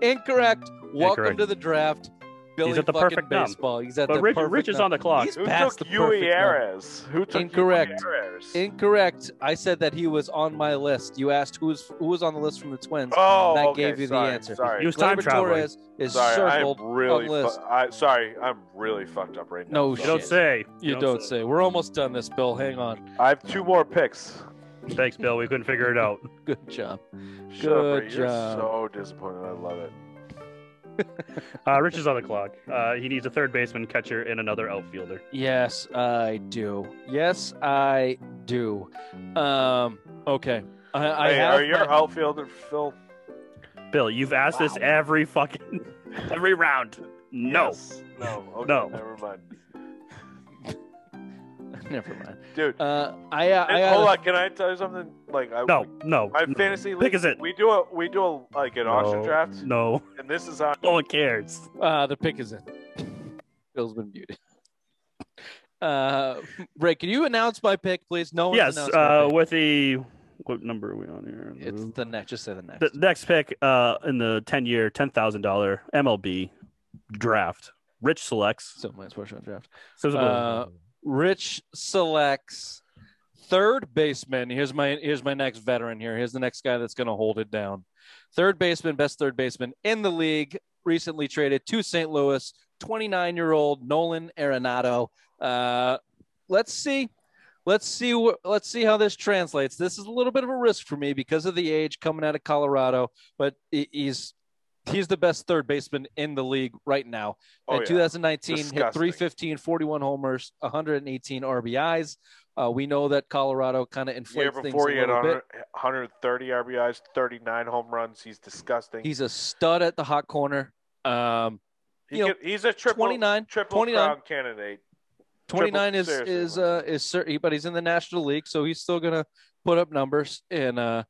Speaker 1: Incorrect. Welcome
Speaker 3: Incorrect.
Speaker 1: to the draft. Billy
Speaker 3: at the
Speaker 1: fucking
Speaker 3: perfect numb.
Speaker 1: baseball. He's at
Speaker 3: But
Speaker 1: the
Speaker 3: Rich,
Speaker 1: perfect
Speaker 3: Rich is
Speaker 1: numb.
Speaker 3: on the clock.
Speaker 1: He's
Speaker 2: Who
Speaker 1: past
Speaker 2: took
Speaker 1: the perfect
Speaker 2: Yui Ares? Who took
Speaker 1: Incorrect.
Speaker 2: Yui Ares?
Speaker 1: Incorrect. I said that he was on my list. You asked who was who was on the list from the Twins.
Speaker 2: oh,
Speaker 1: and I
Speaker 2: okay,
Speaker 1: gave you the
Speaker 2: sorry,
Speaker 1: answer.
Speaker 2: Sorry,
Speaker 3: He was time
Speaker 1: Gleyber
Speaker 3: traveling.
Speaker 1: Torres is
Speaker 2: sorry. I'm
Speaker 1: circled.
Speaker 2: really.
Speaker 1: on list.
Speaker 2: Fu- I, sorry, I'm really fucked up right now.
Speaker 1: No
Speaker 2: So-
Speaker 3: You don't
Speaker 1: shit.
Speaker 3: say.
Speaker 1: You don't, say. We're almost done this, Bill. Hang on.
Speaker 2: I have two more picks.
Speaker 3: Thanks, Bill. We couldn't figure it out.
Speaker 1: Good job.
Speaker 2: Shut
Speaker 1: Good
Speaker 2: up, Ray.
Speaker 1: job.
Speaker 2: You're so disappointed. I love it.
Speaker 3: Uh, Rich is on the clock. Uh, he needs a third baseman, catcher, and another outfielder.
Speaker 1: Yes, I do. Yes, I do. Um. Okay. I, I
Speaker 2: hey,
Speaker 1: have
Speaker 2: are your
Speaker 1: my-
Speaker 2: outfielder Phil?
Speaker 3: Bill, you've asked this
Speaker 2: Wow.
Speaker 3: every fucking <laughs> every round. No.
Speaker 2: Yes. No. Okay,
Speaker 3: No.
Speaker 2: Never mind,
Speaker 1: <laughs> Never mind.
Speaker 2: dude.
Speaker 1: Uh, I, uh, I
Speaker 2: Hey,
Speaker 1: had
Speaker 2: hold
Speaker 1: a-
Speaker 2: on. Can I tell you something? Like, I,
Speaker 3: No, no.
Speaker 2: my
Speaker 3: no.
Speaker 2: fantasy league.
Speaker 3: Pick is it.
Speaker 2: We do a we do a like an auction
Speaker 3: No,
Speaker 2: draft,
Speaker 3: No.
Speaker 2: and this is on.
Speaker 3: No one cares.
Speaker 1: Uh, the pick is in. Bill's been muted. Uh, Ray, can you announce my pick, please? No one.
Speaker 3: yes,
Speaker 1: announced my
Speaker 3: uh,
Speaker 1: pick.
Speaker 3: with the what number are we on here?
Speaker 1: it's the next. Just say the next.
Speaker 3: the next pick uh, in the ten-year, ten thousand dollar MLB draft. Rich selects.
Speaker 1: so my sports draft.
Speaker 3: Says Bill. <laughs>
Speaker 1: Uh, Rich selects third baseman. Here's my here's my next veteran. Here, here's the next guy that's going to hold it down. Third baseman, best third baseman in the league. Recently traded to St. Louis. 29 year old Nolan Arenado. Uh, let's see. Let's see. What, let's see how this translates. This is a little bit of a risk for me because of the age coming out of Colorado, but he- he's he's the best third baseman in the league right now
Speaker 2: Oh,
Speaker 1: in
Speaker 2: yeah.
Speaker 1: 2019 hit
Speaker 2: Disgusting.
Speaker 1: 315 41 homers 118 rbis uh, we know that colorado kind of
Speaker 2: year
Speaker 1: inflates things a
Speaker 2: before he had
Speaker 1: little bit
Speaker 2: 100, 130 RBIs, 39 home runs. He's disgusting.
Speaker 1: he's a stud at the hot corner um,
Speaker 2: He
Speaker 1: you know,
Speaker 2: could- he's a triple
Speaker 1: 29
Speaker 2: triple
Speaker 1: 29.
Speaker 2: crown candidate.
Speaker 1: 29 is
Speaker 2: seriously.
Speaker 1: is uh, is certain but he's in the national league so he's still gonna put up numbers and uh,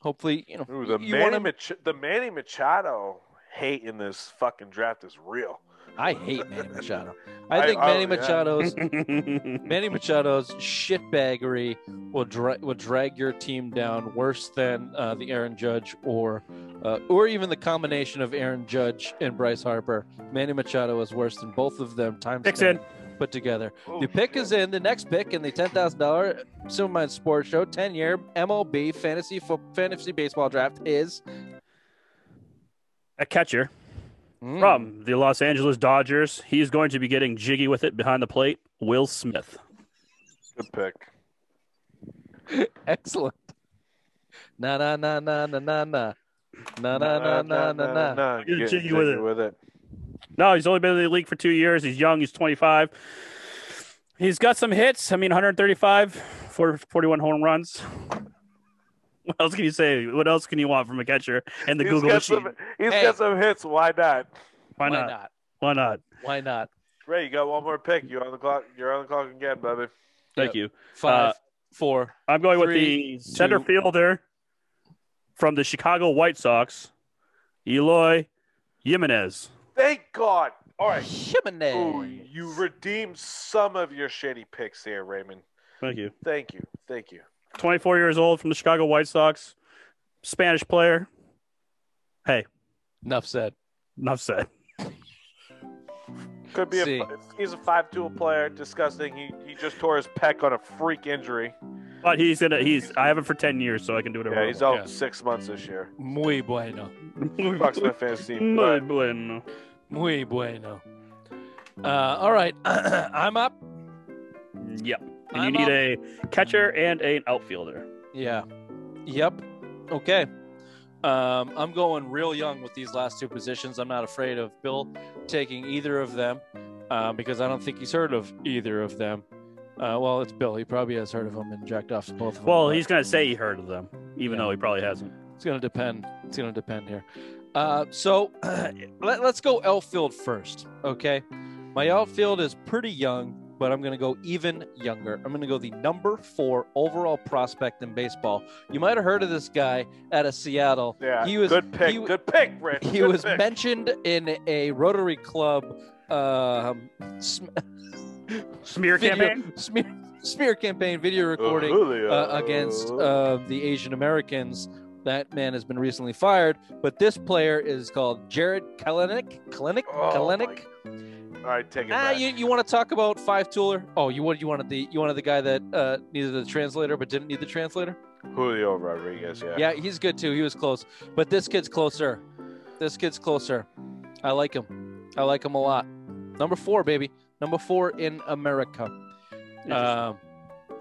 Speaker 1: hopefully you know
Speaker 2: Ooh, the
Speaker 1: you
Speaker 2: Manny
Speaker 1: want him-
Speaker 2: Mach- the Manny Machado hate in this fucking draft is real.
Speaker 1: i hate manny machado i
Speaker 2: I-
Speaker 1: think
Speaker 2: I-
Speaker 1: manny
Speaker 2: yeah.
Speaker 1: machado's Manny Machado's shitbaggery will dra- will drag your team down worse than uh, the Aaron Judge or uh, or even the combination of Aaron Judge and Bryce Harper. Manny Machado is worse than both of them times
Speaker 3: Picks
Speaker 1: 10
Speaker 3: in.
Speaker 1: put together.
Speaker 2: Oh,
Speaker 1: the pick
Speaker 2: shit.
Speaker 1: is in. The next pick in the ten thousand dollar Silvermine Sports Show ten year MLB fantasy fo- fantasy baseball draft is
Speaker 3: a catcher
Speaker 1: Mm,
Speaker 3: from the Los Angeles Dodgers. He's going to be getting jiggy with it behind the plate. Will Smith.
Speaker 2: good pick.
Speaker 1: excellent. Na na na na na na na na na na na na na.
Speaker 2: nah.
Speaker 3: Get
Speaker 2: Get
Speaker 3: jiggy
Speaker 2: jiggy
Speaker 3: with it.
Speaker 2: with it.
Speaker 3: No, he's only been in the league for two years. He's young. He's 25. He's got some hits. I mean, 135, 40 41 home runs. <laughs> What else can you say? What else can you want from a catcher and the
Speaker 2: He's
Speaker 3: Google
Speaker 2: got
Speaker 3: machine?
Speaker 2: some, he's
Speaker 1: Hey.
Speaker 2: got some hits. Why not?
Speaker 3: Why, not? Why not?
Speaker 1: Why not?
Speaker 2: Ray, you got one more pick. You're on the clock. You're on the clock again, baby.
Speaker 3: Thank you.
Speaker 1: Five,
Speaker 3: Uh,
Speaker 1: four.
Speaker 3: I'm going
Speaker 1: Three,
Speaker 3: with the center
Speaker 1: two-
Speaker 3: fielder from the Chicago White Sox, Eloy Jimenez.
Speaker 2: Thank God. All right.
Speaker 1: Jimenez.
Speaker 2: Ooh, you redeemed some of your shitty picks there, Raymond.
Speaker 3: Thank you.
Speaker 2: Thank you. Thank you.
Speaker 3: 24 years old from the Chicago White Sox, Spanish player.
Speaker 1: Enough said.
Speaker 3: Enough said.
Speaker 2: Could be
Speaker 1: See.
Speaker 2: a, he's a five tool player. Disgusting. He, he just tore his pec on a freak injury.
Speaker 3: But he's gonna he's I have him for ten years, so I can do whatever.
Speaker 2: Yeah,
Speaker 3: I
Speaker 2: he's out
Speaker 3: want.
Speaker 2: six months this year.
Speaker 1: Muy bueno.
Speaker 2: Fucks
Speaker 1: <laughs>
Speaker 2: my fantasy team.
Speaker 3: Muy
Speaker 2: But
Speaker 3: bueno.
Speaker 1: Muy bueno. Uh, all right. <clears throat> I'm up.
Speaker 3: Yep. And
Speaker 1: I'm
Speaker 3: you
Speaker 1: up.
Speaker 3: need a catcher and an outfielder.
Speaker 1: Yeah. Yep. Okay. Um, I'm going real young with these last two positions. I'm not afraid of Bill taking either of them uh, because I don't think he's heard of either of them. Uh, well, it's Bill. He probably has heard of them and jacked off to both of them.
Speaker 3: Well,
Speaker 1: but
Speaker 3: he's gonna say he heard of them, even
Speaker 1: Yeah.
Speaker 3: though he probably hasn't.
Speaker 1: it's going to depend. It's going to depend here. Uh, so <clears throat> let, let's go outfield first. Okay. My outfield is pretty young, but I'm going to go even younger. I'm going to go the number four overall prospect in baseball. You might have heard of this guy out of
Speaker 2: <laughs>
Speaker 1: Seattle.
Speaker 2: yeah,
Speaker 1: He was-
Speaker 2: good pick.
Speaker 1: he-
Speaker 2: good pick, Rich.
Speaker 1: He
Speaker 2: Good
Speaker 1: was
Speaker 2: pick.
Speaker 1: mentioned in a Rotary Club um, sm-
Speaker 3: Smear
Speaker 1: video-
Speaker 3: campaign.
Speaker 1: smear, smear campaign video
Speaker 2: Uh,
Speaker 1: recording
Speaker 2: Julio.
Speaker 1: uh, against uh, the Asian Americans. That man has been recently fired, but this player is called Jared Kalenic. Kalenic.
Speaker 2: Oh,
Speaker 1: Kalenic.
Speaker 2: All right, take it
Speaker 1: Ah,
Speaker 2: back.
Speaker 1: you, you want to talk about five tooler? Oh, you wanted you wanted the you wanted the guy that uh, needed a translator but didn't need the translator.
Speaker 2: Julio Rodriguez. Yeah.
Speaker 1: Yeah, he's good too. He was close, but this kid's closer. This kid's closer. I like him. I like him a lot. Number four, baby. Number four in America.
Speaker 3: Uh,
Speaker 1: Um,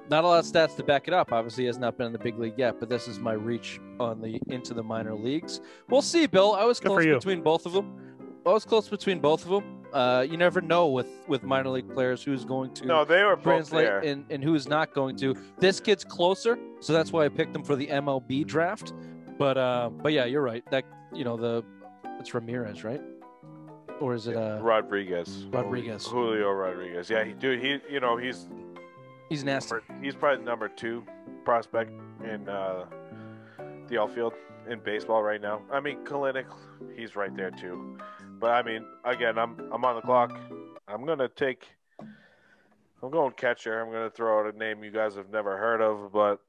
Speaker 1: not a lot of stats to back it up. Obviously, he has not been in the big league yet, but this is my reach on the into the minor leagues. We'll see, Bill. I was
Speaker 3: Good for
Speaker 1: close
Speaker 3: you.
Speaker 1: between both of them. I was close between both of them. Uh, you never know with with minor league players who's going to
Speaker 2: No, they were both there.
Speaker 1: translate and, and who is not going to. This kid's closer, so that's why I picked him for the MLB draft. But uh, but yeah, you're right. That you know the it's Ramirez, right? Or is it uh
Speaker 2: Rodriguez.
Speaker 1: Rodriguez.
Speaker 2: Julio Rodriguez. Yeah, he, dude, he you know he's
Speaker 1: he's nasty.
Speaker 2: he's probably the number two prospect in uh, the outfield in baseball right now. I mean, Kalinick, he's right there too. But I mean, again, I'm I'm on the clock. I'm gonna take. I'm going catcher. I'm gonna throw out a name you guys have never heard of, but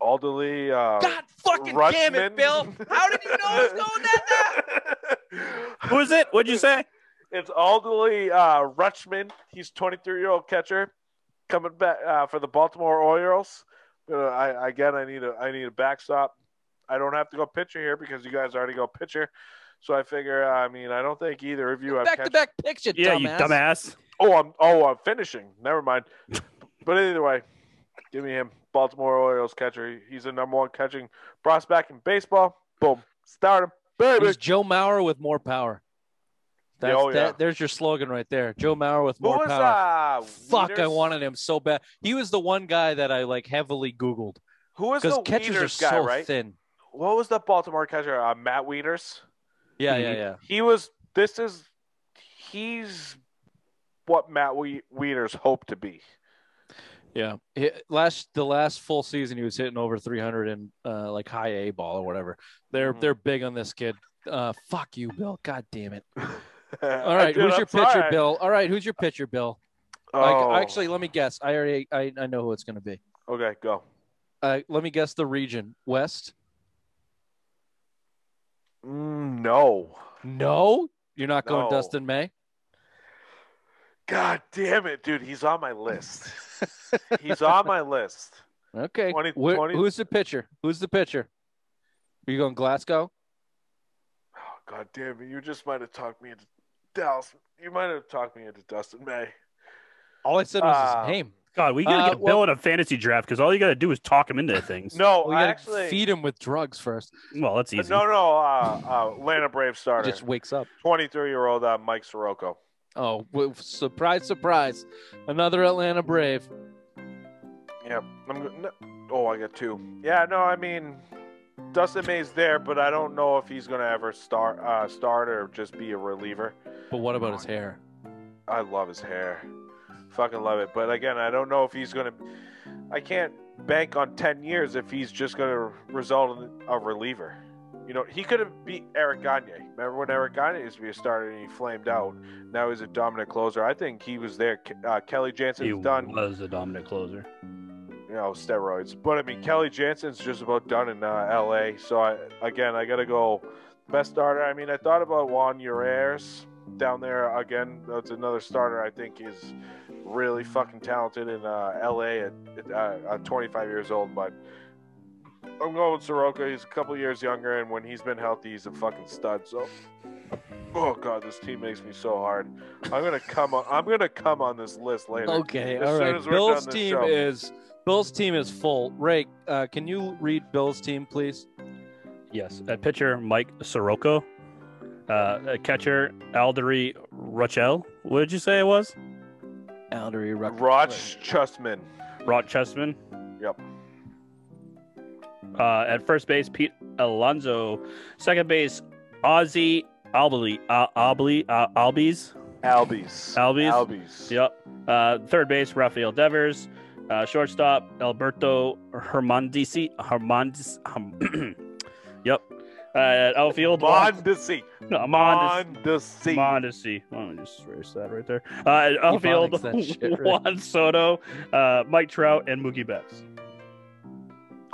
Speaker 2: Alderley. Uh,
Speaker 1: God fucking damn it,
Speaker 2: Rutschman.
Speaker 1: Bill! How did you know
Speaker 2: <laughs>
Speaker 1: I was going that now? <laughs>
Speaker 3: Who is it? What'd you say?
Speaker 2: It's Alderley uh, Rutschman. He's 23 year old catcher coming back uh, for the Baltimore Orioles. Uh, I again, I need a I need a backstop. I don't have to go pitcher here because you guys already go pitcher. So I figure, I mean, I don't think either of you have
Speaker 1: back
Speaker 2: catch-
Speaker 1: to back picture,
Speaker 3: Yeah,
Speaker 1: dumbass.
Speaker 3: you dumbass.
Speaker 2: Oh, I'm oh I'm finishing.
Speaker 1: <laughs>
Speaker 2: Never mind. but either way, give me him. Baltimore Orioles catcher. He's the number one catching prospect in baseball. Boom, start him, baby.
Speaker 1: He's Joe Mauer with more power.
Speaker 2: Yeah,
Speaker 1: That's,
Speaker 2: oh, yeah.
Speaker 1: that, there's your slogan right there. Joe Mauer with
Speaker 2: Who
Speaker 1: more
Speaker 2: was
Speaker 1: power.
Speaker 2: uh,
Speaker 1: Fuck, I
Speaker 2: Wieners?
Speaker 1: wanted him so bad. He was the one guy that I like heavily Googled
Speaker 2: Who was
Speaker 1: because
Speaker 2: the
Speaker 1: catchers are
Speaker 2: Wieners
Speaker 1: so
Speaker 2: guy, right?
Speaker 1: thin.
Speaker 2: What was the Baltimore catcher? Uh, Matt Wieners.
Speaker 1: Yeah,
Speaker 3: Mhm.
Speaker 1: yeah, yeah.
Speaker 2: He was. This is. He's what Matt we- Wieners hoped to be.
Speaker 1: Yeah. He- last the last full season, he was hitting over 300 and uh, like high A ball or whatever. They're
Speaker 2: Mhm.
Speaker 1: they're big on this kid. Uh, fuck you, Bill. God damn
Speaker 2: <laughs>
Speaker 1: it.
Speaker 2: All
Speaker 1: <laughs> All right, who's your pitcher, Bill? All right, who's your pitcher, Bill? Like,
Speaker 2: Oh,
Speaker 1: actually, let me guess. I already I, I know who it's going to be.
Speaker 2: Okay, go.
Speaker 1: Uh, let me guess the region. West.
Speaker 2: Mm, no.
Speaker 1: No, you're not going
Speaker 2: No.
Speaker 1: Dustin
Speaker 2: <laughs>
Speaker 1: May.
Speaker 2: God damn it, dude. He's on my list. he's on my list.
Speaker 1: <laughs> Okay.
Speaker 2: 20
Speaker 1: Where-
Speaker 2: 20
Speaker 1: Who's the pitcher? Who's the pitcher? Are you going Glasgow?
Speaker 2: Oh, God damn it. You just might have talked me into Dallas. You might have talked me into Dustin May.
Speaker 1: All I said was
Speaker 2: Uh,
Speaker 1: his name.
Speaker 3: God, we gotta
Speaker 1: Uh,
Speaker 3: get
Speaker 1: well-
Speaker 3: Bill in a fantasy draft because all you gotta do is talk
Speaker 1: <laughs>
Speaker 3: him into things.
Speaker 2: No,
Speaker 1: We
Speaker 2: I
Speaker 1: gotta
Speaker 2: actually.
Speaker 1: feed him with drugs first.
Speaker 3: Well, that's easy.
Speaker 2: No, no. Uh, uh, Atlanta Brave
Speaker 1: He
Speaker 2: starter.
Speaker 1: just wakes up.
Speaker 2: 23 year old uh, Mike Sirocco.
Speaker 1: Oh, w- surprise, surprise! Another Atlanta Brave.
Speaker 2: Yeah. I'm go- no, oh, I got two. Yeah, no, I mean, Dustin May's there, but I don't know if he's going to ever start, uh, start or just be a reliever.
Speaker 1: But what about his hair?
Speaker 2: I love his hair. Fucking love it. But again, I don't know if he's going to. I can't bank on 10 years if he's just going to result in a reliever. You know, he could have beat Eric Gagne. Remember when Eric Gagne used to be a starter and he flamed out? Now he's a dominant closer. I think he was there. Ke- Uh, Kelly
Speaker 3: he
Speaker 2: Jansen's done.
Speaker 3: was the dominant closer.
Speaker 2: you know steroids. But I mean, Kelly Jansen's just about done in uh, L.A. So I again, I gotta go best starter. I mean, I thought about Juan Urias down there again. That's another starter. I think is really fucking talented in uh, LA at, at, uh, at 25 years old, but I'm going with Soroka. He's a couple years younger, and when he's been healthy, he's a fucking stud. So, oh god, this team makes me so hard. I'm gonna come on. I'm gonna come on this list later.
Speaker 1: Okay,
Speaker 2: As
Speaker 1: all
Speaker 2: soon
Speaker 1: right.
Speaker 2: as we're
Speaker 1: Bill's
Speaker 2: done this
Speaker 1: team
Speaker 2: show.
Speaker 1: is Bill's team is full. Ray, uh, can you read Bill's team, please?
Speaker 3: Yes, at pitcher Mike Sirocco, uh, at catcher Aldery Rochelle. What did you say it was?
Speaker 4: Boundary Ruck.
Speaker 2: Roch Chustman.
Speaker 3: Rochestman.
Speaker 2: Yep.
Speaker 3: Uh, at first base Pete Alonso, second base Ozzy Albly, uh, Albly, uh, Albies.
Speaker 2: Albies.
Speaker 3: Albies?
Speaker 2: Albies.
Speaker 3: Yep. Uh, third base, Rafael Devers. Uh, shortstop, Alberto Hermandisi. Hermandis. Herm- <clears throat> yep. Uh, at outfield,
Speaker 2: Mondesi.
Speaker 3: Amandis.
Speaker 2: Mondesi.
Speaker 3: Mondesi. Let me just erase that right there. Uh, at outfield,
Speaker 4: phonics that shit, right?
Speaker 3: <laughs> Juan Soto, uh, Mike Trout, and Mookie Betts.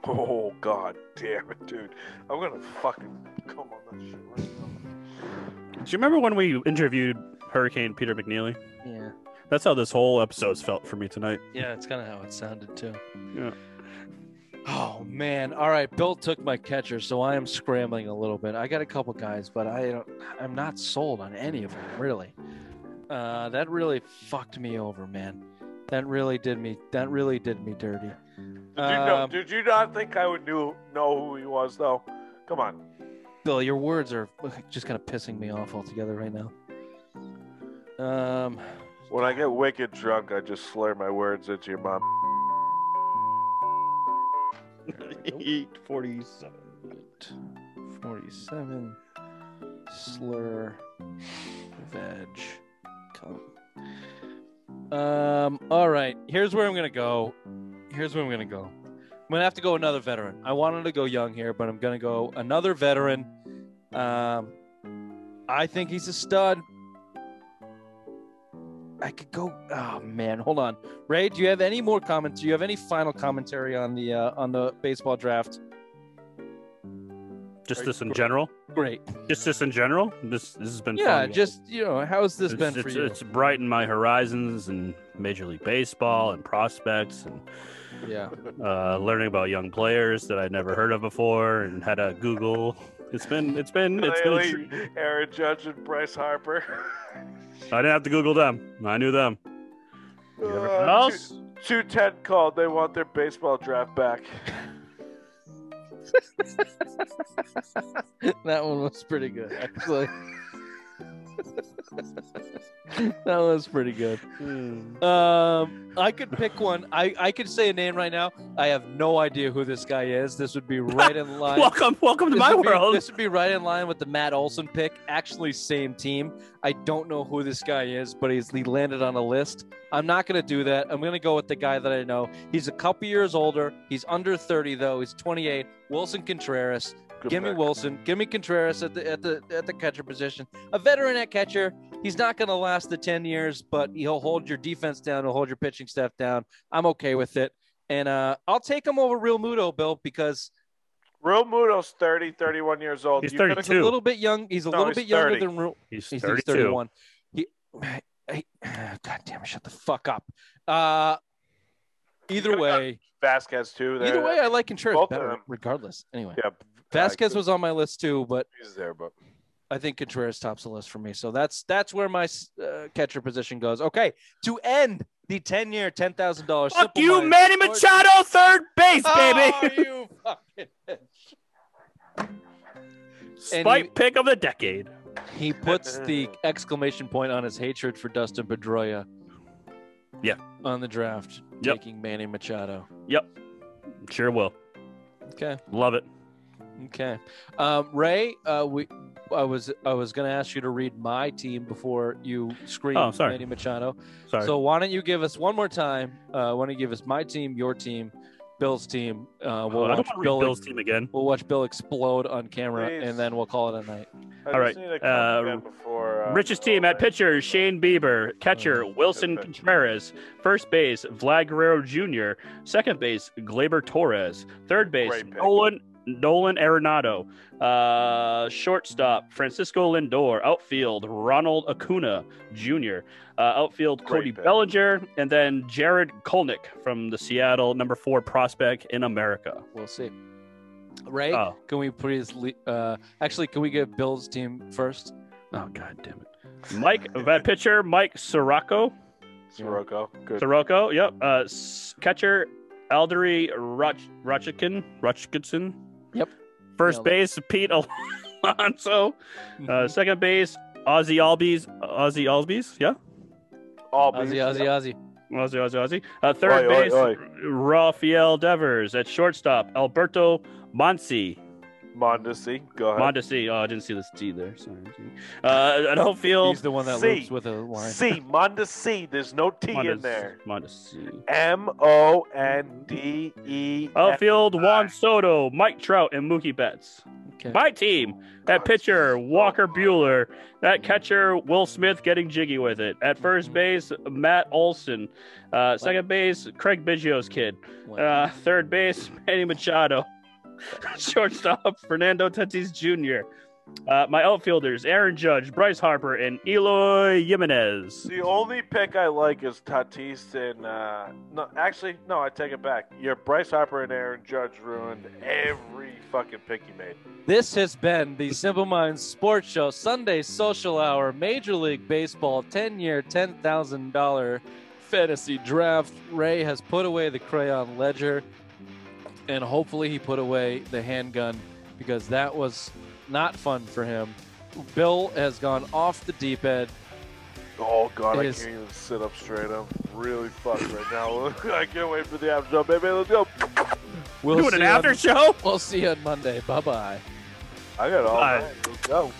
Speaker 2: Oh god damn it, dude. I'm gonna fucking come on that shit right now.
Speaker 3: Do you remember when we interviewed Hurricane Peter McNeely?
Speaker 1: Yeah.
Speaker 3: That's how this whole episode's felt for me tonight.
Speaker 1: <laughs> Yeah, it's kind of how it sounded too.
Speaker 3: Yeah.
Speaker 1: Oh man! All right, Bill took my catcher, so I am scrambling a little bit. I got a couple guys, but I don't. I'm not sold on any of them really. Uh, that really fucked me over, man. That really did me. That really did me dirty.
Speaker 2: Did you, know,
Speaker 1: Um,
Speaker 2: did you not think I would knew, know who he was though? Come on.
Speaker 1: Bill, your words are just kind of pissing me off altogether right now.
Speaker 2: <laughs>
Speaker 1: Um,
Speaker 2: When I get wicked drunk, I just slur my words into your mom.
Speaker 4: 47.
Speaker 1: 47 slur veg cum. Um, all right, here's where I'm gonna go. Here's where I'm gonna go. I'm gonna have to go another veteran. I wanted to go young here, but I'm gonna go another veteran. Um, I think he's a stud. I could go. Oh man, hold on. Ray, do you have any more comments? Do you have any final commentary on the uh, on the baseball draft?
Speaker 3: Just this in general.
Speaker 1: Great.
Speaker 3: Just this in general. This this has been
Speaker 1: yeah,
Speaker 3: fun.
Speaker 1: just you know, how's this been for
Speaker 3: it's,
Speaker 1: you?
Speaker 3: It's brightened my horizons and Major League Baseball and prospects and
Speaker 1: yeah, <laughs>
Speaker 3: uh, learning about young players that I'd never heard of before and how to Google. It's been it's been it's been. a
Speaker 2: Clearly,
Speaker 3: treat.
Speaker 2: Aaron Judge and Bryce Harper. <laughs>
Speaker 3: I didn't have to Google them. I knew them. Everyone
Speaker 2: Uh, two-
Speaker 3: else?
Speaker 2: 210 called. They want their baseball draft back.
Speaker 1: that one was pretty good actually. <laughs> that was pretty good. Hmm. Um, I could pick one. I I could say a name right now. I have no idea who this guy is. This would be right
Speaker 3: <laughs>
Speaker 1: in line.
Speaker 3: Welcome, welcome to
Speaker 1: This
Speaker 3: my
Speaker 1: would be-
Speaker 3: world.
Speaker 1: this would be right in line with the Matt Olson pick. Actually, same team. I don't know who this guy is, but he's he landed on a list. I'm not going to do that. I'm going to go with the guy that I know. He's a couple years older. He's under 30 though. He's 28. Wilson Contreras.
Speaker 2: Good
Speaker 1: give me
Speaker 2: pick.
Speaker 1: Wilson. Give me Contreras at the at the at the catcher position. A veteran at catcher. He's not going to last the 10 years, but he'll hold your defense down. He'll hold your pitching staff down. I'm okay with it. And uh, I'll take him over Real Muto, Bill, because
Speaker 2: Real Muto's 30, 31 years old.
Speaker 3: He's
Speaker 2: You could've-
Speaker 3: 32.
Speaker 1: He's a little bit young. He's a
Speaker 2: No,
Speaker 1: little
Speaker 2: he's
Speaker 1: bit younger
Speaker 2: 30.
Speaker 1: than Ru-
Speaker 3: he's,
Speaker 1: he's, he's
Speaker 3: 32.
Speaker 1: 31. He, <sighs> I, God damn it, shut the fuck up. Uh, either
Speaker 2: could've
Speaker 1: way,
Speaker 2: Vasquez, too. There.
Speaker 1: either way, I like Contreras
Speaker 2: Both of
Speaker 1: better,
Speaker 2: them.
Speaker 1: regardless. Anyway,
Speaker 2: Yeah.
Speaker 1: Vasquez
Speaker 2: I-
Speaker 1: was on my list too, but
Speaker 2: He's there, but.
Speaker 1: I think Contreras tops the list for me. So that's that's where my uh, catcher position goes. Okay, to end the ten-year, ten thousand dollars.
Speaker 3: Fuck you, Manny Machado, third base,
Speaker 1: Oh, <laughs>
Speaker 3: baby.
Speaker 2: <laughs>
Speaker 1: you fucking bitch.
Speaker 3: Spike pick of the decade. <laughs>
Speaker 1: He puts the exclamation point on his hatred for Dustin Pedroia.
Speaker 3: Yeah.
Speaker 1: On the draft,
Speaker 3: Yep.
Speaker 1: taking Manny Machado.
Speaker 3: Sure will.
Speaker 1: Okay.
Speaker 3: Love it.
Speaker 1: Okay. Um, Ray, uh, we, I was I was going to ask you to read my team before you scream
Speaker 3: Oh, sorry.
Speaker 1: Manny Machado.
Speaker 3: Sorry.
Speaker 1: So why don't you give us one more time? Uh, why don't you give us my team, your team, Bill's team? Uh, we'll
Speaker 3: Oh,
Speaker 1: watch
Speaker 3: I don't want to read
Speaker 1: Bill.
Speaker 3: Bill's team again.
Speaker 1: We'll watch Bill explode on camera,
Speaker 2: Please.
Speaker 1: and then we'll call it a night.
Speaker 2: I
Speaker 3: All
Speaker 2: just
Speaker 3: right,
Speaker 2: need a
Speaker 3: uh,
Speaker 2: compliment before, uh,
Speaker 3: Rich's team at
Speaker 2: Ray.
Speaker 3: pitcher Shane Bieber, catcher
Speaker 2: Mm.
Speaker 3: Wilson
Speaker 2: Good pitch.
Speaker 3: Contreras, first base Vlad Guerrero Jr., second base Glaber Torres, third base
Speaker 2: Great pick.
Speaker 3: Nolan Nolan Arenado. Uh, shortstop, Francisco Lindor. Outfield, Ronald Acuna Jr. Uh, outfield,
Speaker 2: Great
Speaker 3: Cody
Speaker 2: pick.
Speaker 3: Bellinger. And then Jared Kolnick from the Seattle, number four prospect in America.
Speaker 1: We'll see. Ray,
Speaker 3: Oh.
Speaker 1: can we please? le- Uh, actually, can we get Bill's team first?
Speaker 3: Oh, God damn it. Mike, that pitcher, Mike Sirocco.
Speaker 2: Sirocco. Good.
Speaker 3: Sirocco, yep. Uh, s- catcher, Aldery Roch- Rochikin. Rochkinson.
Speaker 4: Yep.
Speaker 3: First
Speaker 4: Nailed it.
Speaker 3: base, Pete Alonso. Uh, second base, Ozzy Albies. Ozzy Albies, yeah.
Speaker 2: All
Speaker 1: Ozzy,
Speaker 2: bees.
Speaker 1: Ozzy, Mm-hmm. Ozzy.
Speaker 3: Ozzy, Ozzy, Ozzy. Uh, third
Speaker 2: Oi, oi,
Speaker 3: base,
Speaker 2: oi.
Speaker 3: Rafael Devers. At shortstop, Alberto Monsi.
Speaker 2: Mondesi. Go ahead.
Speaker 3: Mondesi. Oh, I didn't see this D there. Sorry. Uh, at outfield,
Speaker 1: He's the one that
Speaker 2: C.
Speaker 1: loops with a line.
Speaker 2: C. Mondesi. There's no T in
Speaker 3: Mondes-
Speaker 2: there.
Speaker 3: Mondesi.
Speaker 2: M O N D E.
Speaker 3: Outfield, Juan Soto, Mike Trout, and Mookie Betts.
Speaker 1: Okay.
Speaker 3: My team. That pitcher, Walker Bueller. That catcher, Will Smith, getting jiggy with it. At first base, Matt Olson. Uh, second base, Craig Biggio's kid. Uh, third base, <laughs> Manny Machado. Shortstop, Fernando Tatis Jr. Uh, my outfielders, Aaron Judge, Bryce Harper, and Eloy Jimenez.
Speaker 2: The only pick I like is Tatis and uh, no, actually no, I take it back. Your Bryce Harper and Aaron Judge ruined every fucking pick you made.
Speaker 1: This has been the Simple Minds Sports Show Sunday Social Hour Major League Baseball 10 year, $10,000 fantasy draft. Ray has put away the crayon ledger and hopefully he put away the handgun because that was not fun for him. Bill has gone off the deep end.
Speaker 2: Oh god,
Speaker 1: It
Speaker 2: I
Speaker 1: is-
Speaker 2: can't even sit up straight. I'm really fucked right now. <laughs> I can't wait for the after show, baby. Let's go.
Speaker 1: We'll
Speaker 3: Doing
Speaker 1: see
Speaker 3: an
Speaker 1: you
Speaker 3: after
Speaker 1: on,
Speaker 3: show?
Speaker 1: We'll see you on Monday. Bye bye.
Speaker 2: I got all.
Speaker 1: Uh,
Speaker 3: Bye.
Speaker 2: night. Let's go.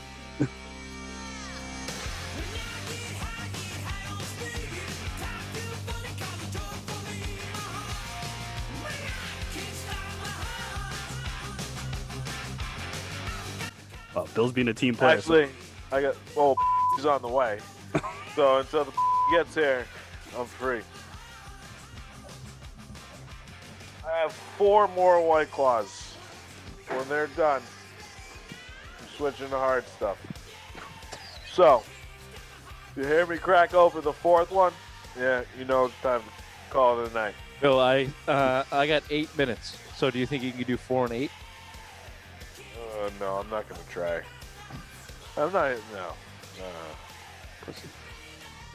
Speaker 3: Oh, Bill's being a team player.
Speaker 2: Actually, I got. Well, <laughs> he's on the way. so until the <laughs> gets here, I'm free. I have four more white claws. When they're done, I'm switching to hard stuff. So, you hear me crack open the fourth one? Yeah, you know it's time to call it a night.
Speaker 1: Bill, I, uh, I got eight minutes. So do you think you can do four and eight?
Speaker 2: Uh, no, I'm not gonna try. I'm not. No. Uh,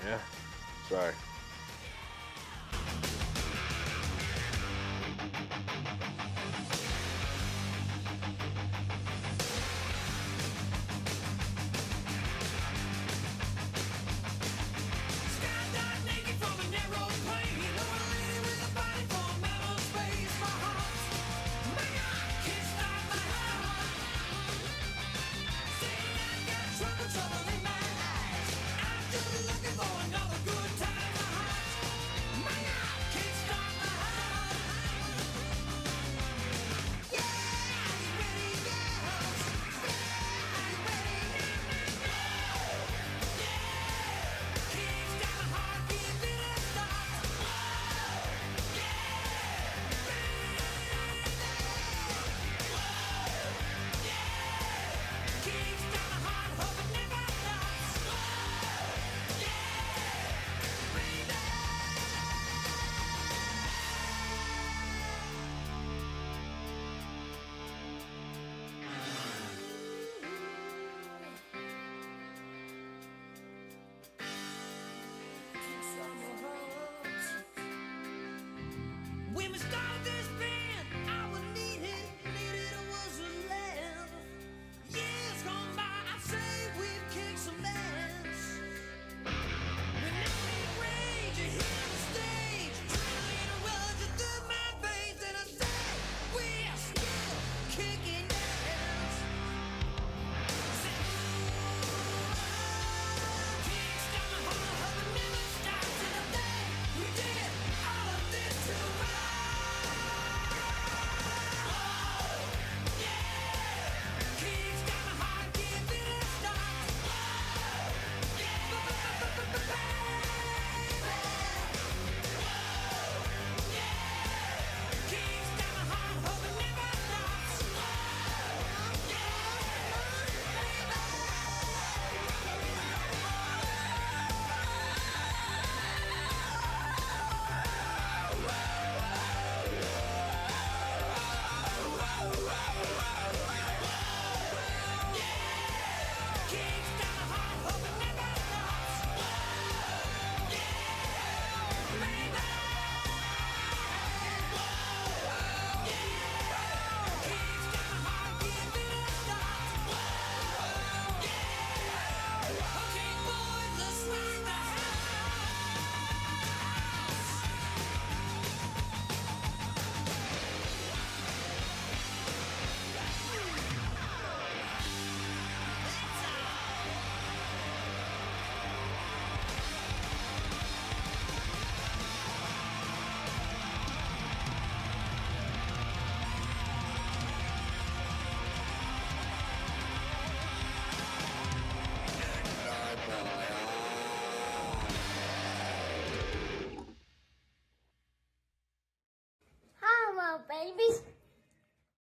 Speaker 2: yeah. Sorry.
Speaker 5: Trouble in my eyes. I'm just looking for another good.